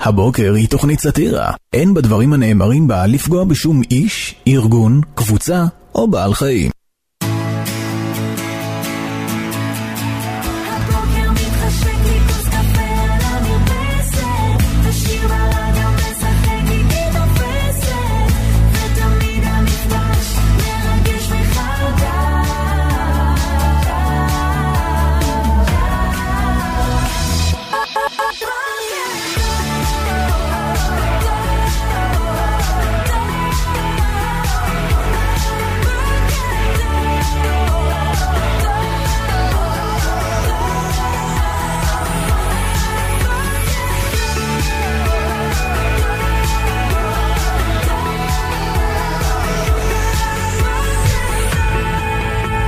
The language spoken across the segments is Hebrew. הבוקר היא תוכנית סאטירה. אין בדברים הנאמרים בה לפגוע בשום איש, ארגון, קבוצה או בעל חיים. הבוקר מתחשק לי כוס קפה על המרפסת, השיר ברדיו משחק איתי תופסת, ותמיד המפגש מרגש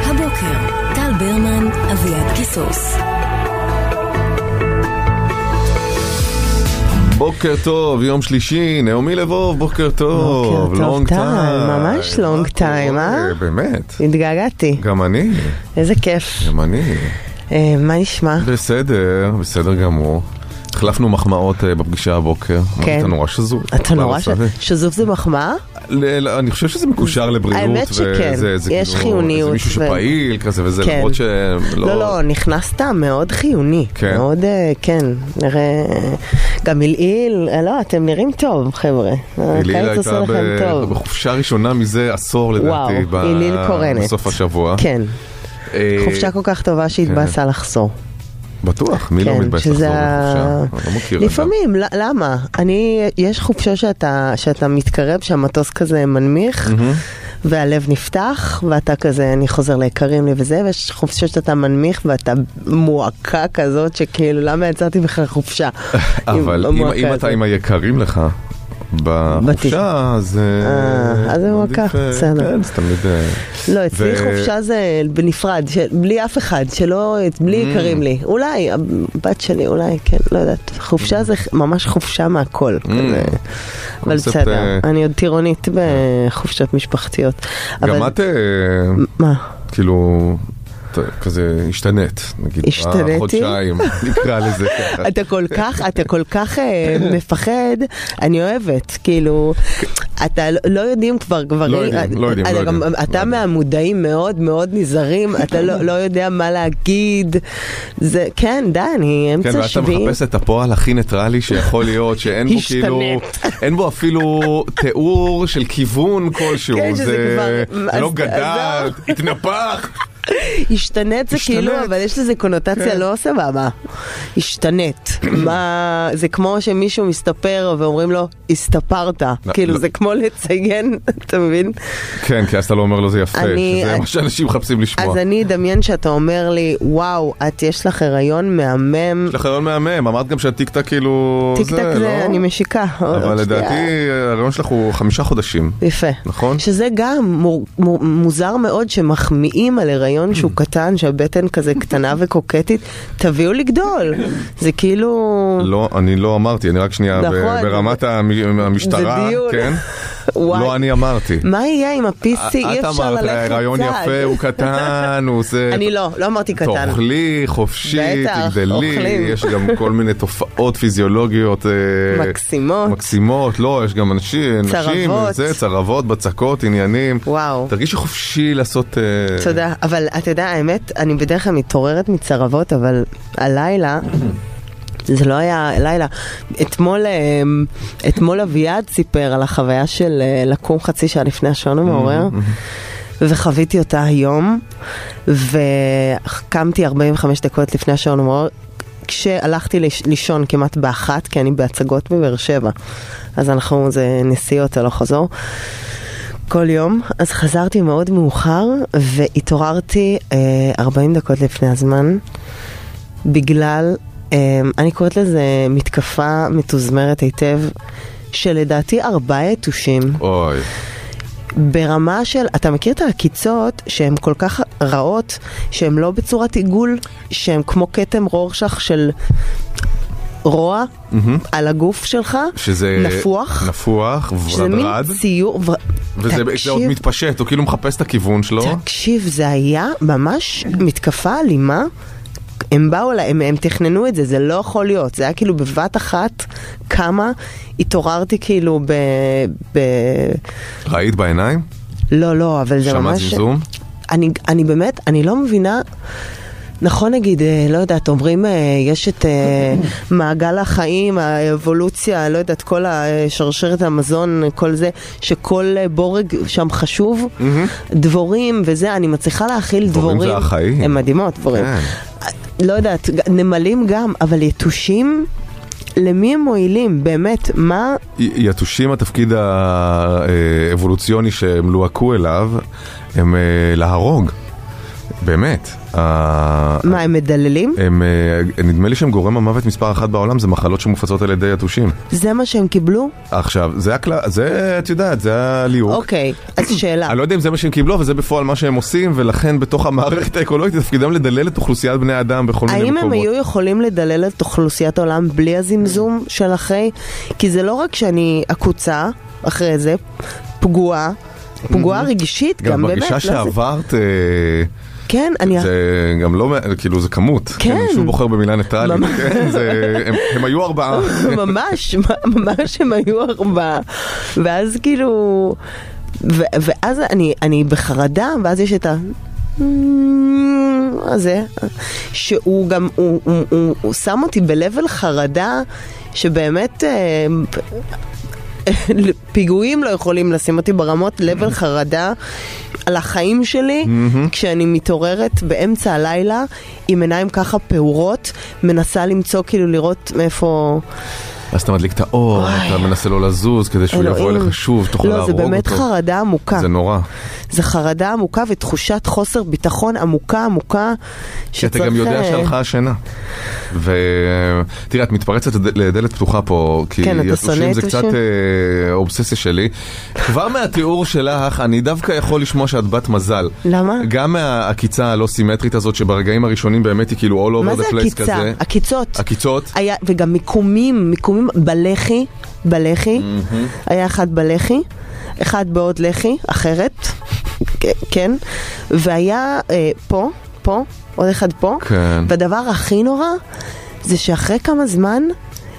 הבוקר, טל ברמן, אביעד קיסוס. בוקר טוב, יום שלישי, נעמי לבוב, בוקר טוב, בוקר טוב, long טל, time. ממש לא. מה long קורה? time, אה? באמת, התגעגעתי, גם אני, איזה כיף. גם אני. אה, מה נשמע? בסדר, בסדר גמור. החלפנו מחמאות אה, בפגישה הבוקר. אמרתי, אתה נורא שזור. כן. אתה נורא ש... למה זה? שזוף זה מחמאה? ל- ל- אני חושב שזה מקושר לבריאות. האמת שכן, וזה- זה יש כאילו- חיוניות זה מישהו ו- שפעיל כזה וזה, כן. למרות שלא... לא, לא, נכנסת מאוד חיוני. כן. מאוד, אה, כן, נראה... גם עילעיל, אה, לא, אתם נראים טוב, חבר'ה. אלילה הקיץ עושה הייתה אוקיי, לכם ב- טוב. בחופשה ראשונה מזה עשור וואו, לדעתי. ב- אליל קורנת. בסוף השבוע. כן, אה, כן. חופשה כל כך טובה שהתבאסה לחזור. בטוח, מי לא כן, מתבייש לחזור שזה ה- בחופשה? אני לא מכיר אדם. לפעמים, ל- למה? אני, יש חופשה שאתה, שאתה מתקרב, שהמטוס כזה מנמיך, Mm-hmm. והלב נפתח, ואתה כזה, אני חוזר ליקרים לי וזה, ויש חופשה שאתה מנמיך, ואתה מועקה כזאת, שכאילו, למה יצאתי בכלל לא חופשה? אבל עם אם- המועקה אם אתה הזאת. עם היקרים לך בחופשה, אז... אה, אז זה עדיף, מכה, אה, בסדר. כן, זה תמיד... אה, לא, אצלי ו- חופשה זה בנפרד, של- בלי אף אחד, שלא, בלי Mm. יקרים לי. אולי, הבת שלי, אולי, כן, לא יודעת. חופשה זה ממש חופשה מהכל. כזה. אבל קונספט, בסדר, Mm. אה, אני עוד טירונית בחופשות משפחתיות. גם אבל- את, אה, מה? כאילו, ת- כזה השתנית, נגיד. השתניתי? החודשיים, נקרא לזה ככה. אתה כל כך, אתה כל כך אה, מפחד, אני אוהבת, כאילו, אתה לא- לא יודעים כבר, כבר, לא יודעים, אה, לא יודעים, אתה לא גם- יודעים. לא אתה יודעים. מהמודעים מאוד מאוד נזהרים, אתה לא לא יודע מה להגיד, זה, כן, די, אני כן, אמצע ואז אתה שביעי. מחפש את הפועל הכי ניטרלי שיכול להיות, שאין בו כאילו, אין בו אפילו תיאור של כיוון כלשהו. כן, שזה זה- כבר- זה לא אז- גדל, התנפח. השתנית זה השתנית. כן. כאילו, אבל יש לזה קונוטציה לא סבבה. השתנית. מה, זה כמו שמישהו מסתפר ואומרים לו, הסתפרת. לא, כאילו, לא. זה כמו לציין, אתה מבין? כן, כי אז אתה לא אומר לו זה יפה, אני- שזה מה שאנשים מחפשים לשמוע. אז אני אדמיין שאתה אומר לי, וואו, את יש לך הריון מהמם. יש לך רעיון מהמם, אמרת גם שהטיקטק כאילו... טיק טק לא? זה, אני משיקה. אבל עוד שנייה. לדעתי הרעיון שלך הוא חמישה חודשים, יפה. נכון? שזה גם מור, מור, מוזר מאוד שמחמיאים על הריון שהוא קטן, שהבטן כזה קטנה וקוקטית, תביאו לגדול. זה כאילו... לא, אני לא אמרתי, אני רק שנייה ב- נכון. ברמת המ- המשטרה, זה דיון. כן? וואי. לא אני אמרתי. מה יהיה עם ה-PC? אי את אפשר אמרת, "אה, ללכת רעיון צעד. יפה, הוא קטן, הוא זה... אני לא, לא אמרתי קטן. תאכלי, חופשי, בטח, תגדלי, אוכלים. יש גם כל מיני תופעות פיזיולוגיות. אה, מקסימות. מקסימות, לא, יש גם אנשים, נשים, צרבות. זה, צרבות, בצקות, עניינים. וואו. תרגישי חופשי לעשות... אה, תודה, אבל אתה יודע, האמת, אני בדרך כלל מתעוררת מצרבות, אבל הלילה... זה לא היה לילה. אתמול, אמ, אתמול אביעד סיפר על החוויה של אה, לקום חצי שעה לפני השעון המעורר, וחוויתי אותה היום, וקמתי 45 דקות לפני השעון המעורר, כשהלכתי לש- לישון כמעט באחת, כי אני בהצגות בבאר שבע. אז אנחנו, זה נסיעות הלוך חזור. כל יום, אז חזרתי מאוד מאוחר והתעוררתי אה, 40 דקות לפני הזמן בגלל, אה, אני קוראת לזה מתקפה מתוזמרת היטב שלדעתי ארבעה יתושים אוי. ברמה של, אתה מכיר את העקיצות שהן כל כך רעות שהן לא בצורת עיגול, שהן כמו כתם רורשך של רוע על הגוף שלך, שזה נפוח, נפוח, שזה מין ורדרד, ציור, ו- וזה זה עוד לא? תקשיב. מתפשט, הוא כאילו מחפש את הכיוון שלו. תקשיב, זה היה ממש מתקפה אלימה. הם באו אליי, הם, הם תכננו את זה, זה לא יכול להיות. זה היה כאילו בבת אחת כמה התעוררתי כאילו ב... ב... ראית בעיניים? לא, לא, אבל זה שמעת ממש... זמזום? אני, אני באמת, אני לא מבינה. נכון נגיד, אה, לא יודעת, אומרים אה, יש את אה, מעגל החיים, האבולוציה, לא יודעת, כל השרשרת המזון, כל זה, שכל אה, בורג שם חשוב, דבורים וזה, אני מצליחה להכיל דבורים דבורים. זה החיים. הן מדהימות, דבורים. כן. לא יודעת, ג- נמלים גם, אבל יתושים, למי הם מועילים? באמת, מה... י- יתושים התפקיד האבולוציוני שהם לוהקו אליו, הם אה, להרוג. באמת. ה- מה, הם מדללים? הם, אה, נדמה לי שהם גורם המוות מספר אחת בעולם, זה מחלות שמופצות על ידי יתושים. זה מה שהם קיבלו? עכשיו, זה הכלל, זה, את יודעת, זה הליהוק. אוקיי, אז שאלה. אני לא יודע אם זה מה שהם קיבלו, אבל זה בפועל מה שהם עושים, ולכן בתוך המערכת האקולוגית תפקידם לדלל את אוכלוסיית בני האדם בכל מיני האם מקומות. הם היו יכולים לדלל את אוכלוסיית העולם בלי הזמזום של אחרי? כי זה לא רק שאני עקוצה אחרי זה, פגועה, פגועה רגשית גם, גם באמת. בגישה לא זה- שעברת, אה, כן, אני... זה גם לא, מע- כאילו זה כמות. כן. אני שוב בוחר במילה ניטרלית. ממש. כן, זה- הם- הם היו ארבעה. ממש, ממש הם היו ארבעה. ואז כאילו... ו- ואז אני, אני בחרדה, ואז יש את ה... הזה, שהוא גם, הוא, הוא, הוא, הוא שם אותי ב-level חרדה שבאמת אה, פיגועים לא יכולים לשים אותי ברמות Mm-hmm. level חרדה על החיים שלי, כשאני מתעוררת באמצע הלילה עם עיניים ככה פעורות, מנסה למצוא כאילו לראות מאיפה... אז אתה מדליק את האור, אוי. אתה מנסה לא לזוז כדי שהוא יבוא אלוהים. אליך שוב, תוכל לא, להרוג זה אותו. באמת חרדה עמוקה. זה נורא. זה חרדה עמוקה ותחושת חוסר ביטחון עמוקה עמוקה. כי אתה גם יודע אה, שהלכה השינה. ותראה, את מתפרצת לד- לדלת פתוחה פה, כי כן, אתה שונא יתושים זה יתושים? קצת אה, אובססיה שלי. כבר מהתיאור שלך, אני דווקא יכול לשמוע שאת בת מזל. למה? גם מהעקיצה הלא סימטרית הזאת, שברגעים הראשונים באמת היא כאילו all מה over זה the place עקיצה? כזה. עקיצות. עקיצות? היה, וגם מיקומים, מיקומים בלח"י, בלח"י, היה אחד בלח"י, אחד בעוד לח"י, אחרת, כ- כן, והיה אה, פה, פה, עוד אחד פה, כן. והדבר הכי נורא זה שאחרי כמה זמן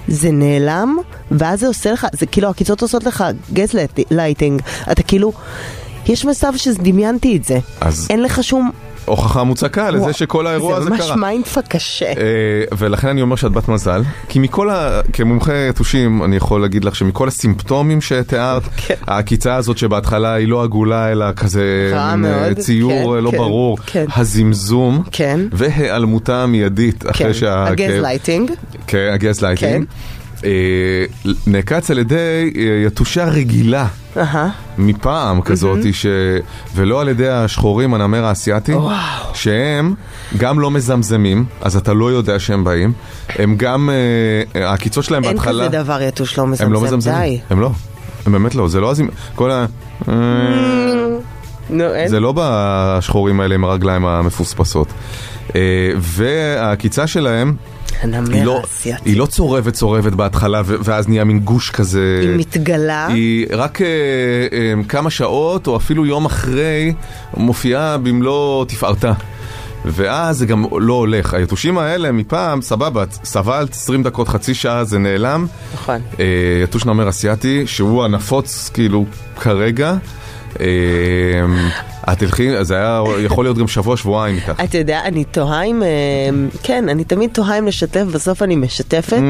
זה נעלם, ואז זה עושה לך, זה כאילו הקיצות עושות לך גז לייטינג, אתה כאילו, יש מצב שדמיינתי את זה, אז אין לך שום, הוכחה מוצקה לזה וואו, שכל האירוע הזה זה ממש קרה. מיינדפאק קשה. אה, ולכן אני אומר שאת בת מזל, כי מכל ה... כמומחה יתושים, אני יכול להגיד לך שמכל הסימפטומים שתיארת, כן. העקיצה הזאת שבהתחלה היא לא עגולה, אלא כזה רע מין, אה, מאוד, ציור כן, אה, לא כן, ברור, כן. הזמזום. כן. והיעלמותה המיידית כן, אחרי שה... הגז לייטינג. כן, הגז לייטינג. כן. נעקץ על ידי אה, יתושה רגילה אהה. מפעם כזאת, ש... ולא על ידי השחורים, הנמר האסייתי, וואו. שהם גם לא מזמזמים, אז אתה לא יודע שהם באים, הם גם, אה, העקיצות שלהם אין בהתחלה, כזה דבר יתוש לא הם לא מזמזם, מזמזמים, די. הם לא, הם באמת לא, זה לא הזימ... כל ה... Mm, אה, נו, אין. זה לא בשחורים האלה עם הרגליים המפוספסות. אה, והעקיצה שלהם, היא הנמר לא, האסייתי. היא לא צורבת צורבת בהתחלה ו- ואז נהיה מין גוש כזה. היא מתגלה. היא רק אה, אה, כמה שעות או אפילו יום אחרי מופיעה במלוא תפארתה. ואז זה גם לא הולך. היתושים האלה מפעם, סבבה, סבלת 20 דקות, חצי שעה, זה נעלם. נכון. אה, יתוש נמר אסיאתי, שהוא הנפוץ כאילו כרגע. אה, את תלכי, זה היה יכול להיות גם שבוע, שבועיים איתך. אתה יודע, אני תוהה אם... אה, כן, אני תמיד תוהה אם לשתף, בסוף אני משתפת.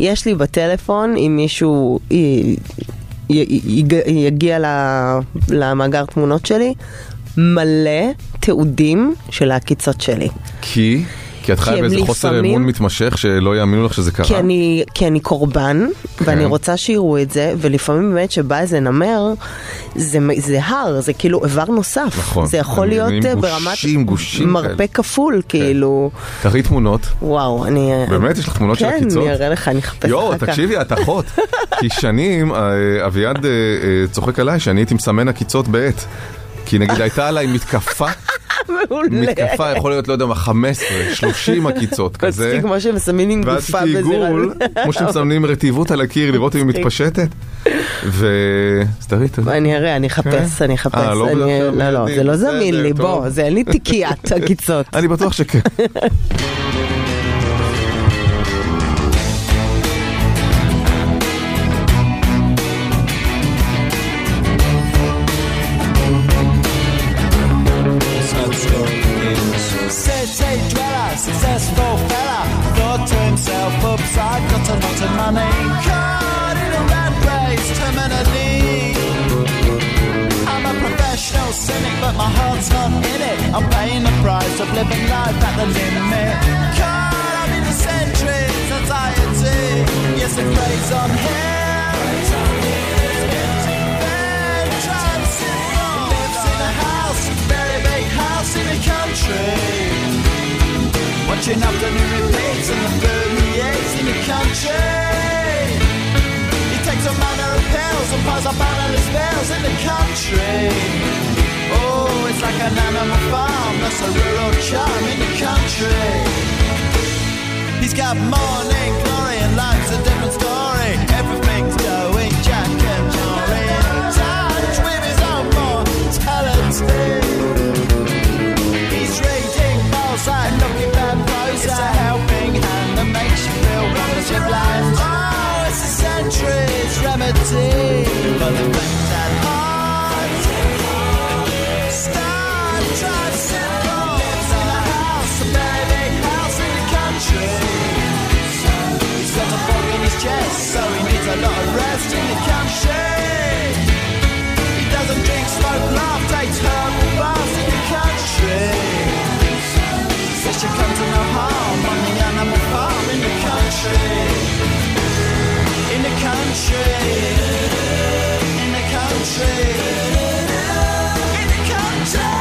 יש לי בטלפון, אם מישהו י- י- י- יגיע ל- למאגר תמונות שלי, מלא תיעודים של העקיצות שלי. כי? כי את חיה הם באיזה חוסר לפעמים- אמון מתמשך שלא יאמינו לך שזה קרה. כי אני, כי אני קורבן, כן. ואני כן. רוצה שיראו את זה, ולפעמים באמת שבא איזה נמר, זה, זה הר, זה כאילו איבר נוסף. נכון. זה יכול אני- להיות אני אה, עם ברמת גושים, גושים מרפא כאלה. כן. כפול, כאילו, תראי תמונות. וואו, אני... אה, באמת? יש לך תמונות של כן, עקיצות? אני אראה לך, אני אחפש יואו, אחר כך. תקשיבי, את אחות. כי שנים אה, אביעד אה, אה, צוחק עליי שאני הייתי מסמן עקיצות בעט. כי נגיד הייתה עליי מתקפה, מעולה. מתקפה יכול להיות, לא יודע מה, 15, 30 עקיצות כזה. מצחיק, כמו שמסמנים עם ואז גופה עשיתי עיגול, כמו שמסמנים רטיבות על הקיר, לראות אם היא מצחיק. מתפשטת. ו... אז תראי, תראי. אני אראה, אני אחפש, כן? אני אחפש. אה, לא אני- בדרך כלל לא, לא, זה מיידים. לא זמין לי, בסדר, בוא, טוב. זה אין לי תיקיית עקיצות. אני בטוח שכן. cynic, but my heart's not in it. I'm paying the price of living life at the limit. Caught up in the centuries, anxiety. Yes, it plays on here. It's been too bad, tried to sit wrong. Lives in a house, very big house in the country. Watching afternoon repeats and the permeates in the country. He takes a manner of pills and piles up endless bells in the country. Oh, it's like an animal farm, that's a rural charm in the country. He's got morning glory and life's a different story. Everything's going jack and Jory. In touch with his own mortality. He's reading balls and looking bad blows. It's a helping hand that makes you feel relative blind. Oh, it's a century's remedy for the things that haunt. Star drives it all. Lives in a house, a very big house in the country. He's got a bug in his chest, so he needs a lot of rest in the country. He doesn't drink, smoke, laugh, takes herbal baths in the country. Says she comes to no harm on the animal farm in the country. In the country. In the country. In the country.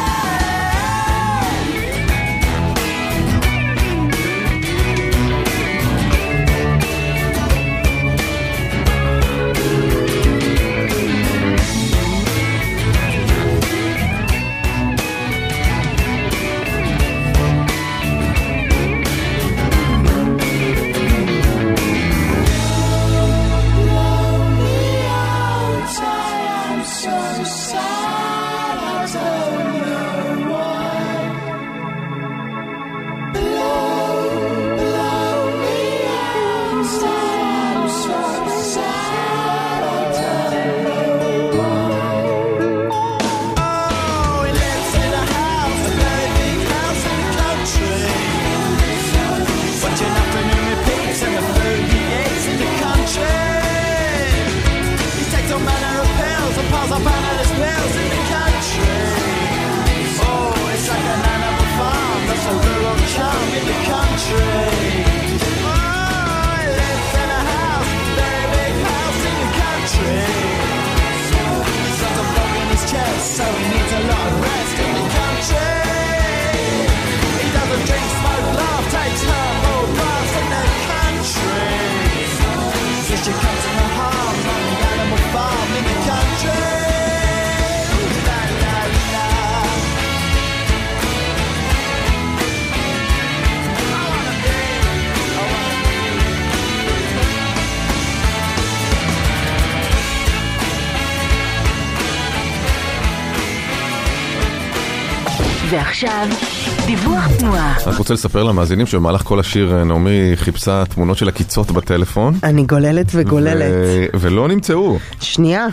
I'm so sad I don't know why Blow, blow me outside I'm so sad I don't know why Oh, he lives in a house, a very big house in the country Watching afternoon repeats and the food he eats in the country he takes all manner of pills and piles up endless pills in the country. Oh, it's like an animal farm, that's a rural charm in the country. Oh, he lives in a house, very big house in the country. He's got a bug in his chest, so he needs a lot of rest in the country. He doesn't drink, smoke, laugh, takes herbal baths in the country. Since she comes in her harm from the animal farm in the country. La, la, la. I wanna be, I wanna be. ועכשיו, דיווח תנועה. רק רוצה לספר למאזינים שבמהלך כל השיר אה, נעמי חיפשה תמונות של עקיצות בטלפון. אני גוללת וגוללת. ו- ולא נמצאו. שנייה.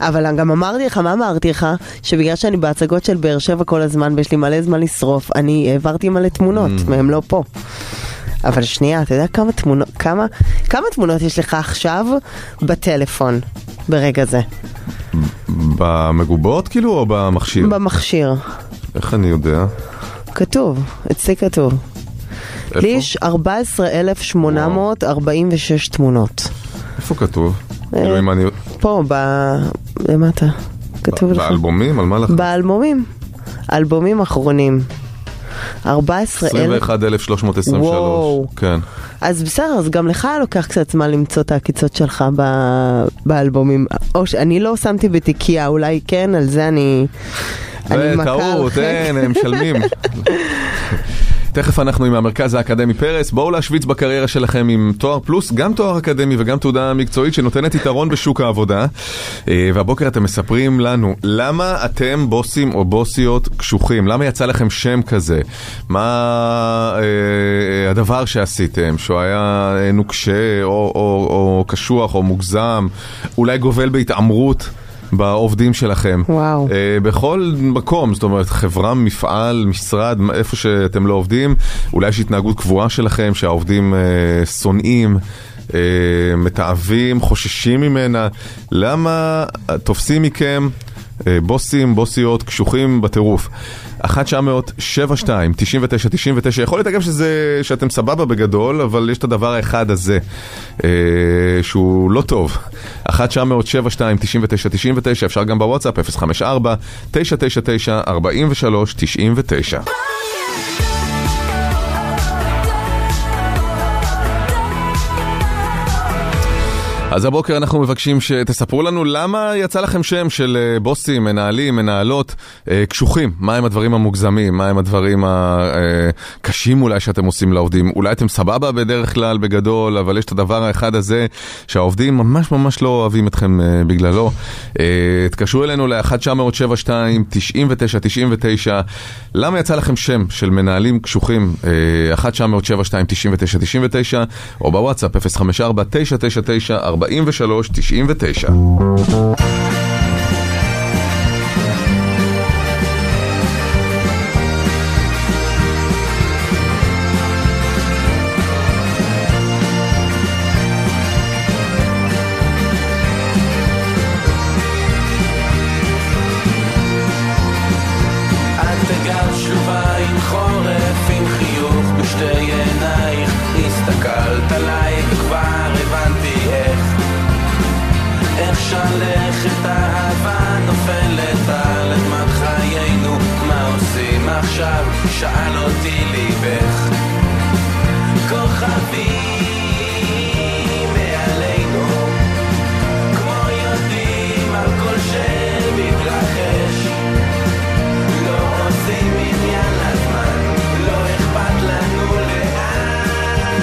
אבל גם אמרתי לך, מה אמרתי לך? שבגלל שאני בהצגות של באר שבע כל הזמן ויש לי מלא זמן לשרוף, אני העברתי מלא תמונות, והם לא פה. אבל שנייה, אתה יודע כמה תמונות, כמה, כמה תמונות יש לך עכשיו בטלפון, ברגע זה, במגובות כאילו או במכשיר? במכשיר? איך אני יודע? כתוב, אצלי כתוב. איפה? לי יש 14,846 תמונות. איפה כתוב? אה, כאילו אם אני... פה, ב... למטה. כתוב לך. באלבומים? על מה לך? באלבומים. אלבומים אחרונים. 14,000. 21,323. וואו. כן. אז בסדר, אז גם לך לוקח קצת זמן למצוא את העקיצות שלך ב... באלבומים. או שאני לא שמתי בתיקייה, אולי כן, על זה אני... אני זה מכה אה, טעות, לכם. אין, הם משלמים. תכף אנחנו עם המרכז האקדמי פרס, בואו להשוויץ בקריירה שלכם עם תואר פלוס, גם תואר אקדמי וגם תעודה מקצועית שנותנת יתרון בשוק העבודה. אה, והבוקר אתם מספרים לנו, למה אתם בוסים או בוסיות קשוחים? למה יצא לכם שם כזה? מה אה, הדבר שעשיתם, שהוא היה אה, נוקשה או, או, או קשוח או מוגזם, אולי גובל בהתעמרות בעובדים שלכם? וואו. אה, בכל מקום, זאת אומרת, חברה, מפעל, משרד, מ- איפה שאתם לא עובדים, אולי יש התנהגות קבועה שלכם שהעובדים אה, שונאים, אה, מתעבים, חוששים ממנה. למה תופסים מכם אה, בוסים, בוסיות, קשוחים בטירוף. 1 900 72 99 99 יכול להיות אגב שזה, שאתם סבבה בגדול, אבל יש את הדבר האחד הזה, אה, שהוא לא טוב. 1 900 72 99 99 אפשר גם בוואטסאפ, 054 999 43 99 אז הבוקר אנחנו מבקשים שתספרו לנו למה יצא לכם שם של אה, בוסים, מנהלים, מנהלות, אה, קשוחים. מהם הדברים המוגזמים, מהם הדברים הקשים אולי שאתם עושים לעובדים. אולי אתם סבבה בדרך כלל בגדול, אבל יש את הדבר האחד הזה שהעובדים ממש ממש לא אוהבים אתכם אה, בגללו. אה, תתקשרו אלינו ל-1972-9999. למה יצא לכם שם של מנהלים קשוחים? אה, 1-900-72-9999 או בוואטסאפ 054-999-4399. את בגב שלווה עם חורף, עם חיוך בשתי עינייך. הסתכלת עליי וכבר הבנתי איך. איך שלכת אהבה נופלת על אדמת חיינו. מה עושים עכשיו? שאל אותי ליבך. כוכבים מעלינו, כמו יודעים על כל שמתרחש. לא עושים עניין לזמן, לא אכפת לנו לאן.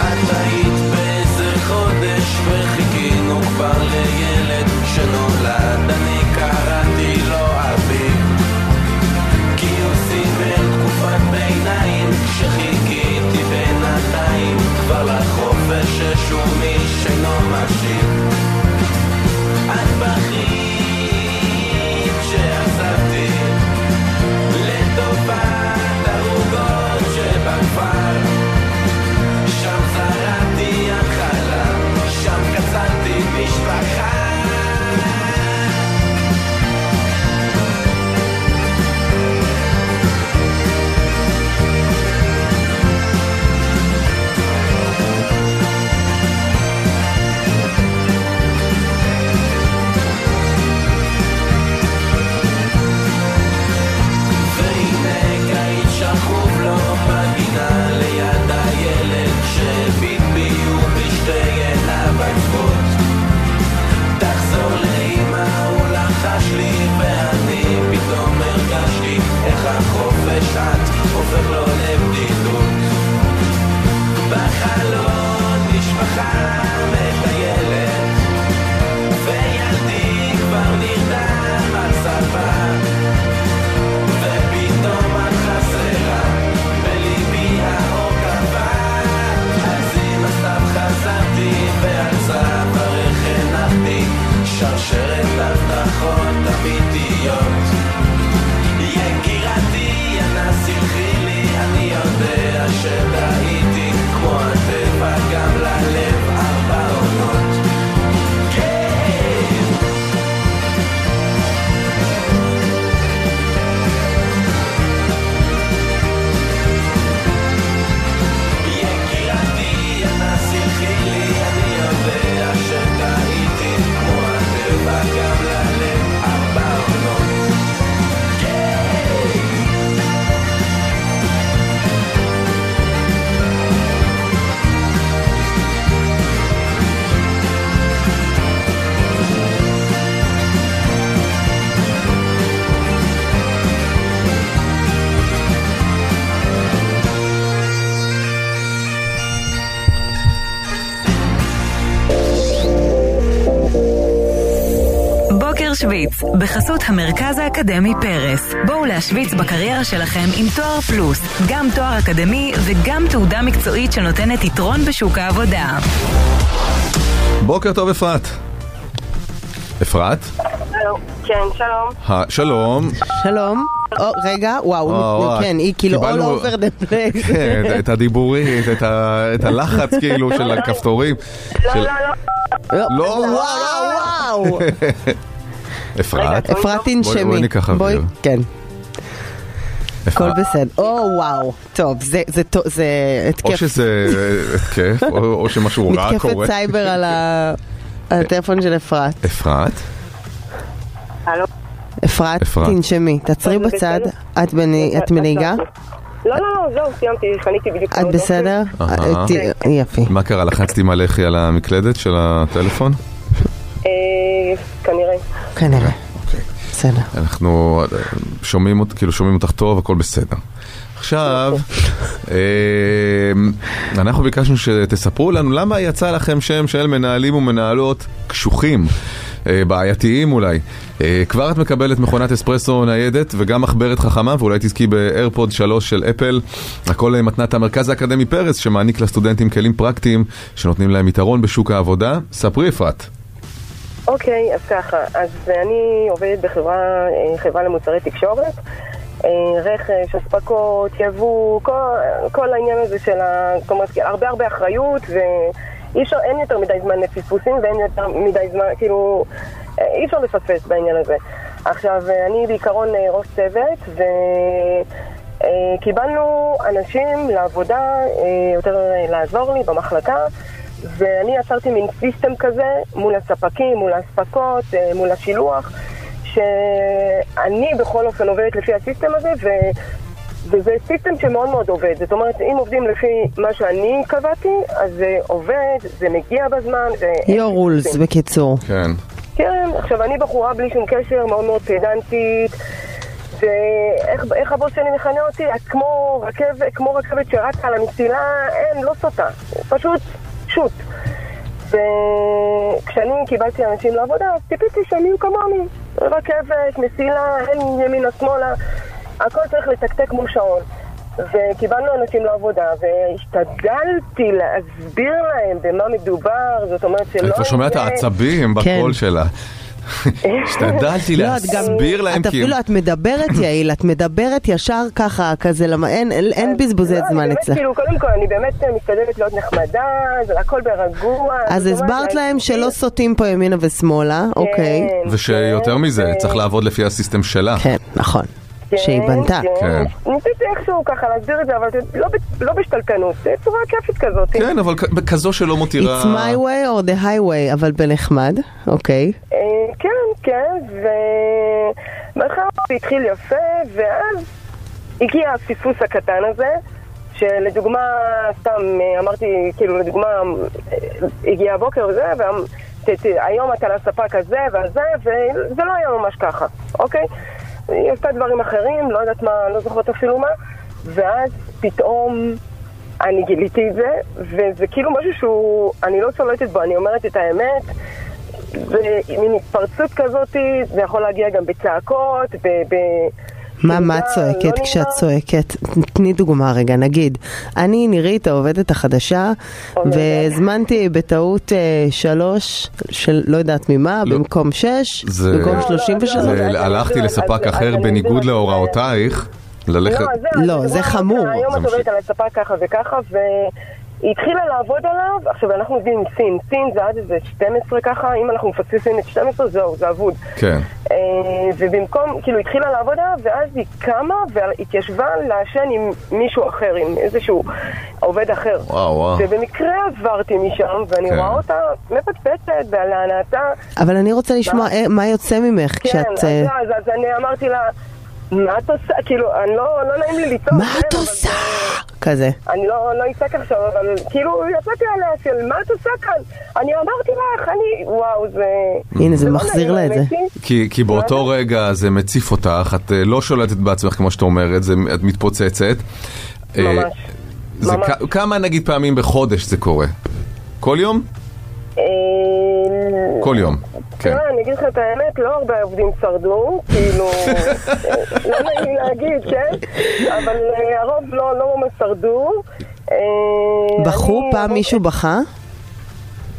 את היית באיזה חודש וחיכינו כבר לילד שנולד, אני קראתי לו אביב. כי הוא סימל תקופת ביניים, שחיכיתי בינתיים כבר לחופש ששום איש אינו משיב. את בכית שעזבתי לטובת הרוגות שבכפר שם זרעתי התחלה, שם קצרתי משפחה. והנה קיץ שכוב לו בגינה ליד הילד שהביט בי ובשתי עיניו עצבות. תחזור לאמא הוא לחש לי ואני פתאום הרגשתי איך החופש את הופך לו לבדידות. בחלון משפחה מטיילת וילדי כבר נרדם על ספה ופתאום את חסרה, בליבי האור קבע. אז עם הסתיו חזרתי, ועל צווארך הנחתי שרשרת הבטחות אמיתיות. יקירתי, אנא סלחי לי, אני יודע שטעיתי, כמו הטבע גם ללב ארבע עונות. כן! יקירתי, אנא סלחי לי, אני יודע שטעיתי, כמו הטבע גם ללב ארבע עונות. בוקר שוויץ, בחסות המרכז האקדמי פרס. בואו להשוויץ בקריירה שלכם עם תואר פלוס, גם תואר אקדמי וגם תעודה מקצועית שנותנת יתרון בשוק העבודה. בוקר טוב, אפרת. אפרת? הלו, כן, שלום. ה- שלום. שלום. או, רגע, וואו, וואו, וואו. כן, היא כאילו all אה, קיבלנו- over the place. כן, את הדיבורית, את ה- את הלחץ כאילו של הכפתורים. לא, של- לא, לא. לא, וואו, וואו. אפרת? רגע, אפרת בואי- תנשמי. בואי ניקח לא- בואי- אוויר. כן, הכל אפרת. בסדר. או, וואו. טוב, זה- זה טו- זה או התקף. שזה התקף, או או שמשהו רע מתקפת קורה. סייבר על ה- על הטלפון של אפרת. אפרת? הלו. אפרת, אפרת. תנשמי, תעצרי זה בצד. בסדר? את בני- את מנהיגה? לא, לא, לא, זהו, סיימתי, חניתי בדיוק. את מאוד לא. בסדר? אה, אהה. ת- יפי. מה קרה? לחצתי עם הלחי על המקלדת של הטלפון? אופי. אה, כנראה. כנראה. בסדר. אוקיי. אנחנו שומעים, אות- כאילו שומעים אותך טוב, הכל בסדר. עכשיו, אה, אנחנו ביקשנו שתספרו לנו למה יצא לכם שם של מנהלים ומנהלות קשוחים, אה, בעייתיים אולי. אה, כבר את מקבלת מכונת אספרסו ניידת וגם מחברת חכמה, ואולי תזכי באיירפוד 3 של אפל. הכל אה, מתנת המרכז האקדמי פרס, שמעניק לסטודנטים כלים פרקטיים שנותנים להם יתרון בשוק העבודה. ספרי אפרת. אוקיי, אז ככה, אז אני עובדת בחברה אה, חברה למוצרי תקשורת, אה, רכש, אספקות, יבוא, כל, כל העניין הזה של ה... כלומר, כאילו, הרבה הרבה אחריות, ואי אפשר, אין יותר מדי זמן לפספוסים ואין יותר מדי זמן, כאילו, אה, אי אפשר לפספס בעניין הזה. עכשיו, אה, אני בעיקרון אה, ראש צוות, ו... אה, קיבלנו אנשים לעבודה, אה, יותר אה, לעזור לי במחלקה, ואני יצרתי מין סיסטם כזה מול הספקים, מול האספקות, אה, מול השילוח, שאני בכל אופן עובדת לפי הסיסטם הזה, ו... וזה סיסטם שמאוד מאוד עובד. זאת אומרת, אם עובדים לפי מה שאני קבעתי, אז זה עובד, זה מגיע בזמן. זה... your rules בקיצור. כן. כן, עכשיו אני בחורה בלי שום קשר, מאוד מאוד פדנטית. ואיך איך הבוס שלי מכנה אותי? את כמו רכבת, כמו רכבת שרצה על המסילה, אין, לא סוטה. פשוט שוט. וכשאני קיבלתי אנשים לעבודה, אז ציפיתי שהם יהיו כמוני. רכבת, מסילה, אין ימינה שמאלה. הכל צריך לתקתק כמו שעון. וקיבלנו אנשים לעבודה, והשתדלתי להסביר להם במה מדובר, זאת אומרת שלא... אני כבר שומע את לא יהיה- העצבים כן. בקול שלה. השתדלתי לא, את גם- להסביר להם את כי... אפילו, את מדברת יעיל, את מדברת ישר ככה, כזה, למה אין- אין- אין בזבוזי לא, אני זמן באמת, אצלך. כאילו, קודם כל, אני באמת אה, משתדלת להיות נחמדה, זה הכל ברגוע. אז זאת אומרת, הסברת להם אני- שלא סוטים פה ימינה ושמאלה, כן, אוקיי. ושיותר כן, מזה, אה, צריך לעבוד לפי הסיסטם שלה. כן, נכון. כן, שהיא בנתה. כן. כן. ניסיתי איכשהו ככה להסביר את זה, אבל זה לא ב- לא בשתלטנות, זה צורה כיפית כזאת. כן, אבל כ- כזו שלא מותירה... It's my way or the highway, אבל בנחמד, אוקיי. אה, כן, כן, ובהתחלה זה התחיל יפה, ואז הגיע הפספוס הקטן הזה, שלדוגמה, סתם אה, אמרתי, כאילו, לדוגמה, אה, הגיע הבוקר וזה, והיום אתה לספק הזה והזה, וזה לא היה ממש ככה, אוקיי? היא עשתה דברים אחרים, לא יודעת מה, לא זוכרת אפילו מה, ואז פתאום אני גיליתי את זה, וזה כאילו משהו שהוא, אני לא שולטת בו, אני אומרת את האמת, ומין התפרצות כזאת, זה יכול להגיע גם בצעקות, ב... ב מה, מה את לא צועקת נעימה. כשאת צועקת? תני דוגמה רגע, נגיד, אני נירית העובדת החדשה, עובדת. והזמנתי בטעות אה, שלוש, של לא יודעת ממה, לא. במקום שש, זה- במקום לא, לא, שלושים ושלוש. לא, זה- אז אני הלכתי אסביר, לספק אז- אז אחר אני בניגוד אסביר. להוראותייך, לא, ללכת... אז לא, אז זה אמרתי, חמור. היום כן. זה את עובדת ממשיך. על הספה ככה וככה, והיא התחילה לעבוד עליו, עכשיו אנחנו עובדים עם סין, סין זה עד איזה 12 ככה, אם אנחנו מפספסים את 12 זהו, זה אבוד. כן. אה, ובמקום, כאילו התחילה לעבוד עליו, ואז היא קמה והתיישבה לעשן עם מישהו אחר, עם איזשהו עובד אחר. וואו, וואו. ובמקרה עברתי משם, ואני כן. רואה אותה מפטפטת בהלהנתה. אבל אני רוצה לשמוע מה? אה, מה יוצא ממך לא. כן, כשאת... אז, אה, אז, אז אני אמרתי לה, מה את עושה? כאילו, אני לא, לא נעים לי לצעוק. מה כן, את אבל- עושה? כזה. אני לא, לא אצעק עכשיו, אבל כאילו, יצאתי עליה של מה את עושה כאן? אני אמרתי לך, אני, וואו, זה... הנה, זה לא מחזיר נעים, לה את זה. האמת היא. כי, כי באותו רגע זה מציף אותך, את אה, לא שולטת בעצמך כמו שאת אומרת, זה, את מתפוצצת. אה, ממש. זה ממש. כ- כמה נגיד פעמים בחודש זה קורה? כל יום? אה, כל יום. כן. תראה, אני אגיד לך את האמת, לא הרבה עובדים שרדו, כאילו, אה, לא נעים להגיד, כן? אבל אה, הרוב לא לא ממש שרדו. אה, בחו? אני- פעם מישהו בכה?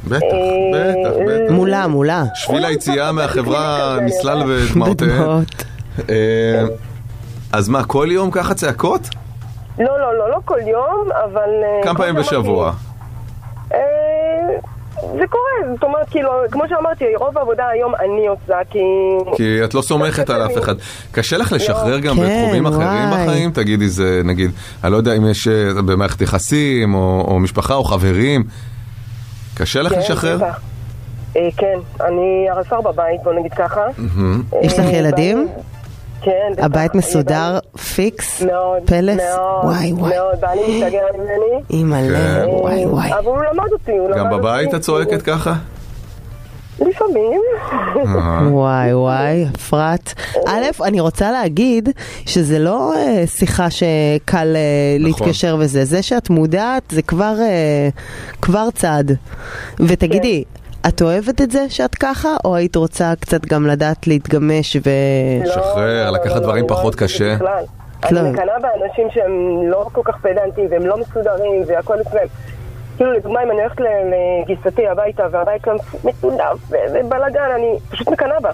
בטח, אה, בטח, בטח. מולה, מולה. שביל היציאה מהחברה אני נסלל בדמעותיהם. בדמעות. אה, אז מה, כל יום ככה צעקות? לא, לא, לא, לא כל יום, אבל... אה, כמה כמו פעמים שאמרתי, בשבוע? אה, זה קורה, זאת אומרת, כאילו, כמו שאמרתי, רוב העבודה היום אני עושה, כי... כי את לא סומכת על אף אחד. קשה לך לשחרר גם כן, בתחומים אחרים וואי. בחיים? תגידי, זה נגיד, אני לא יודע אם יש אה, במערכת יחסים, או או משפחה, או חברים. קשה לך כן, לשחרר? בטח. אה, כן, אני הרס"ר בבית, בוא נגיד ככה. יש לך אה, ילדים? בעלי- כן. בטח. הבית מסודר, ילדים. פיקס, מאוד, פלס, מאוד, וואי וואי, מאוד, בעלי מסתגר ממני. אימא'לה, כן. וואי אה, וואי. אבל הוא למד אותי, הוא למד גם אותי. בבית את לא, צועקת ככה? לפעמים. אה, וואי וואי, אפרת. א', אני רוצה להגיד שזה לא אה, שיחה שקל אה, נכון. להתקשר וזה, זה שאת מודעת זה כבר, אה, כבר צעד. ותגידי, כן. את אוהבת את זה שאת ככה, או היית רוצה קצת גם לדעת להתגמש ו... לא, שחרר, לא, לא, לקחת לא, דברים לא, פחות לא, זה קשה. בכלל. לא. אני מקנאה באנשים שהם לא כל כך פדנטים והם לא מסודרים והכל אצלם. כאילו לדוגמה אם אני הולכת ל- לגיסתי הביתה והבית כאן מסודר ובלאגן, אני פשוט מקנאה בה.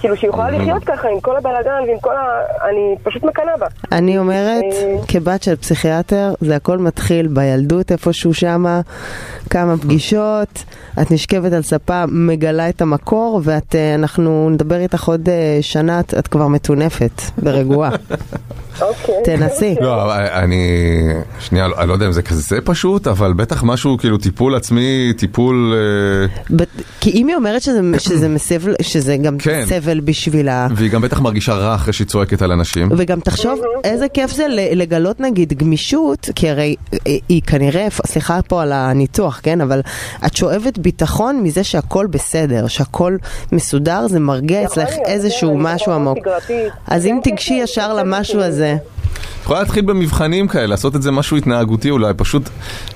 כאילו שהיא Mhm. יכולה לחיות ככה עם כל הבלאגן ועם כל ה... אני פשוט מקנאה בה. אני אומרת, אה. כבת של פסיכיאטר, זה הכל מתחיל בילדות איפשהו שמה, כמה פגישות, את נשכבת על ספה, מגלה את המקור, ואנחנו נדבר איתך עוד אה, שנה, את- את כבר מטונפת ורגועה. אוקיי. תנסי. לא, אבל אני... שנייה, אני לא יודע אם זה כזה פשוט, אבל בטח משהו כאילו טיפול עצמי, טיפול... אה, בת- כי אם היא אומרת שזה, שזה, מסבל, שזה גם כן. סבל בשבילה, והיא גם בטח מרגישה רע אחרי שהיא צועקת על אנשים. וגם תחשוב איזה כיף זה ל- לגלות נגיד גמישות, כי הרי אה, היא כנראה, סליחה פה על הניתוח, כן? אבל את שואבת ביטחון מזה שהכל בסדר, שהכל מסודר, זה מרגיע יכול אצלך להיות, איזשהו כן, אני משהו מאוד עמוק. שגרתית. אז אם כן, כן, תיגשי כן, ישר כן, למשהו כן. הזה, את יכולה להתחיל במבחנים כאלה, לעשות את זה משהו התנהגותי אולי, פשוט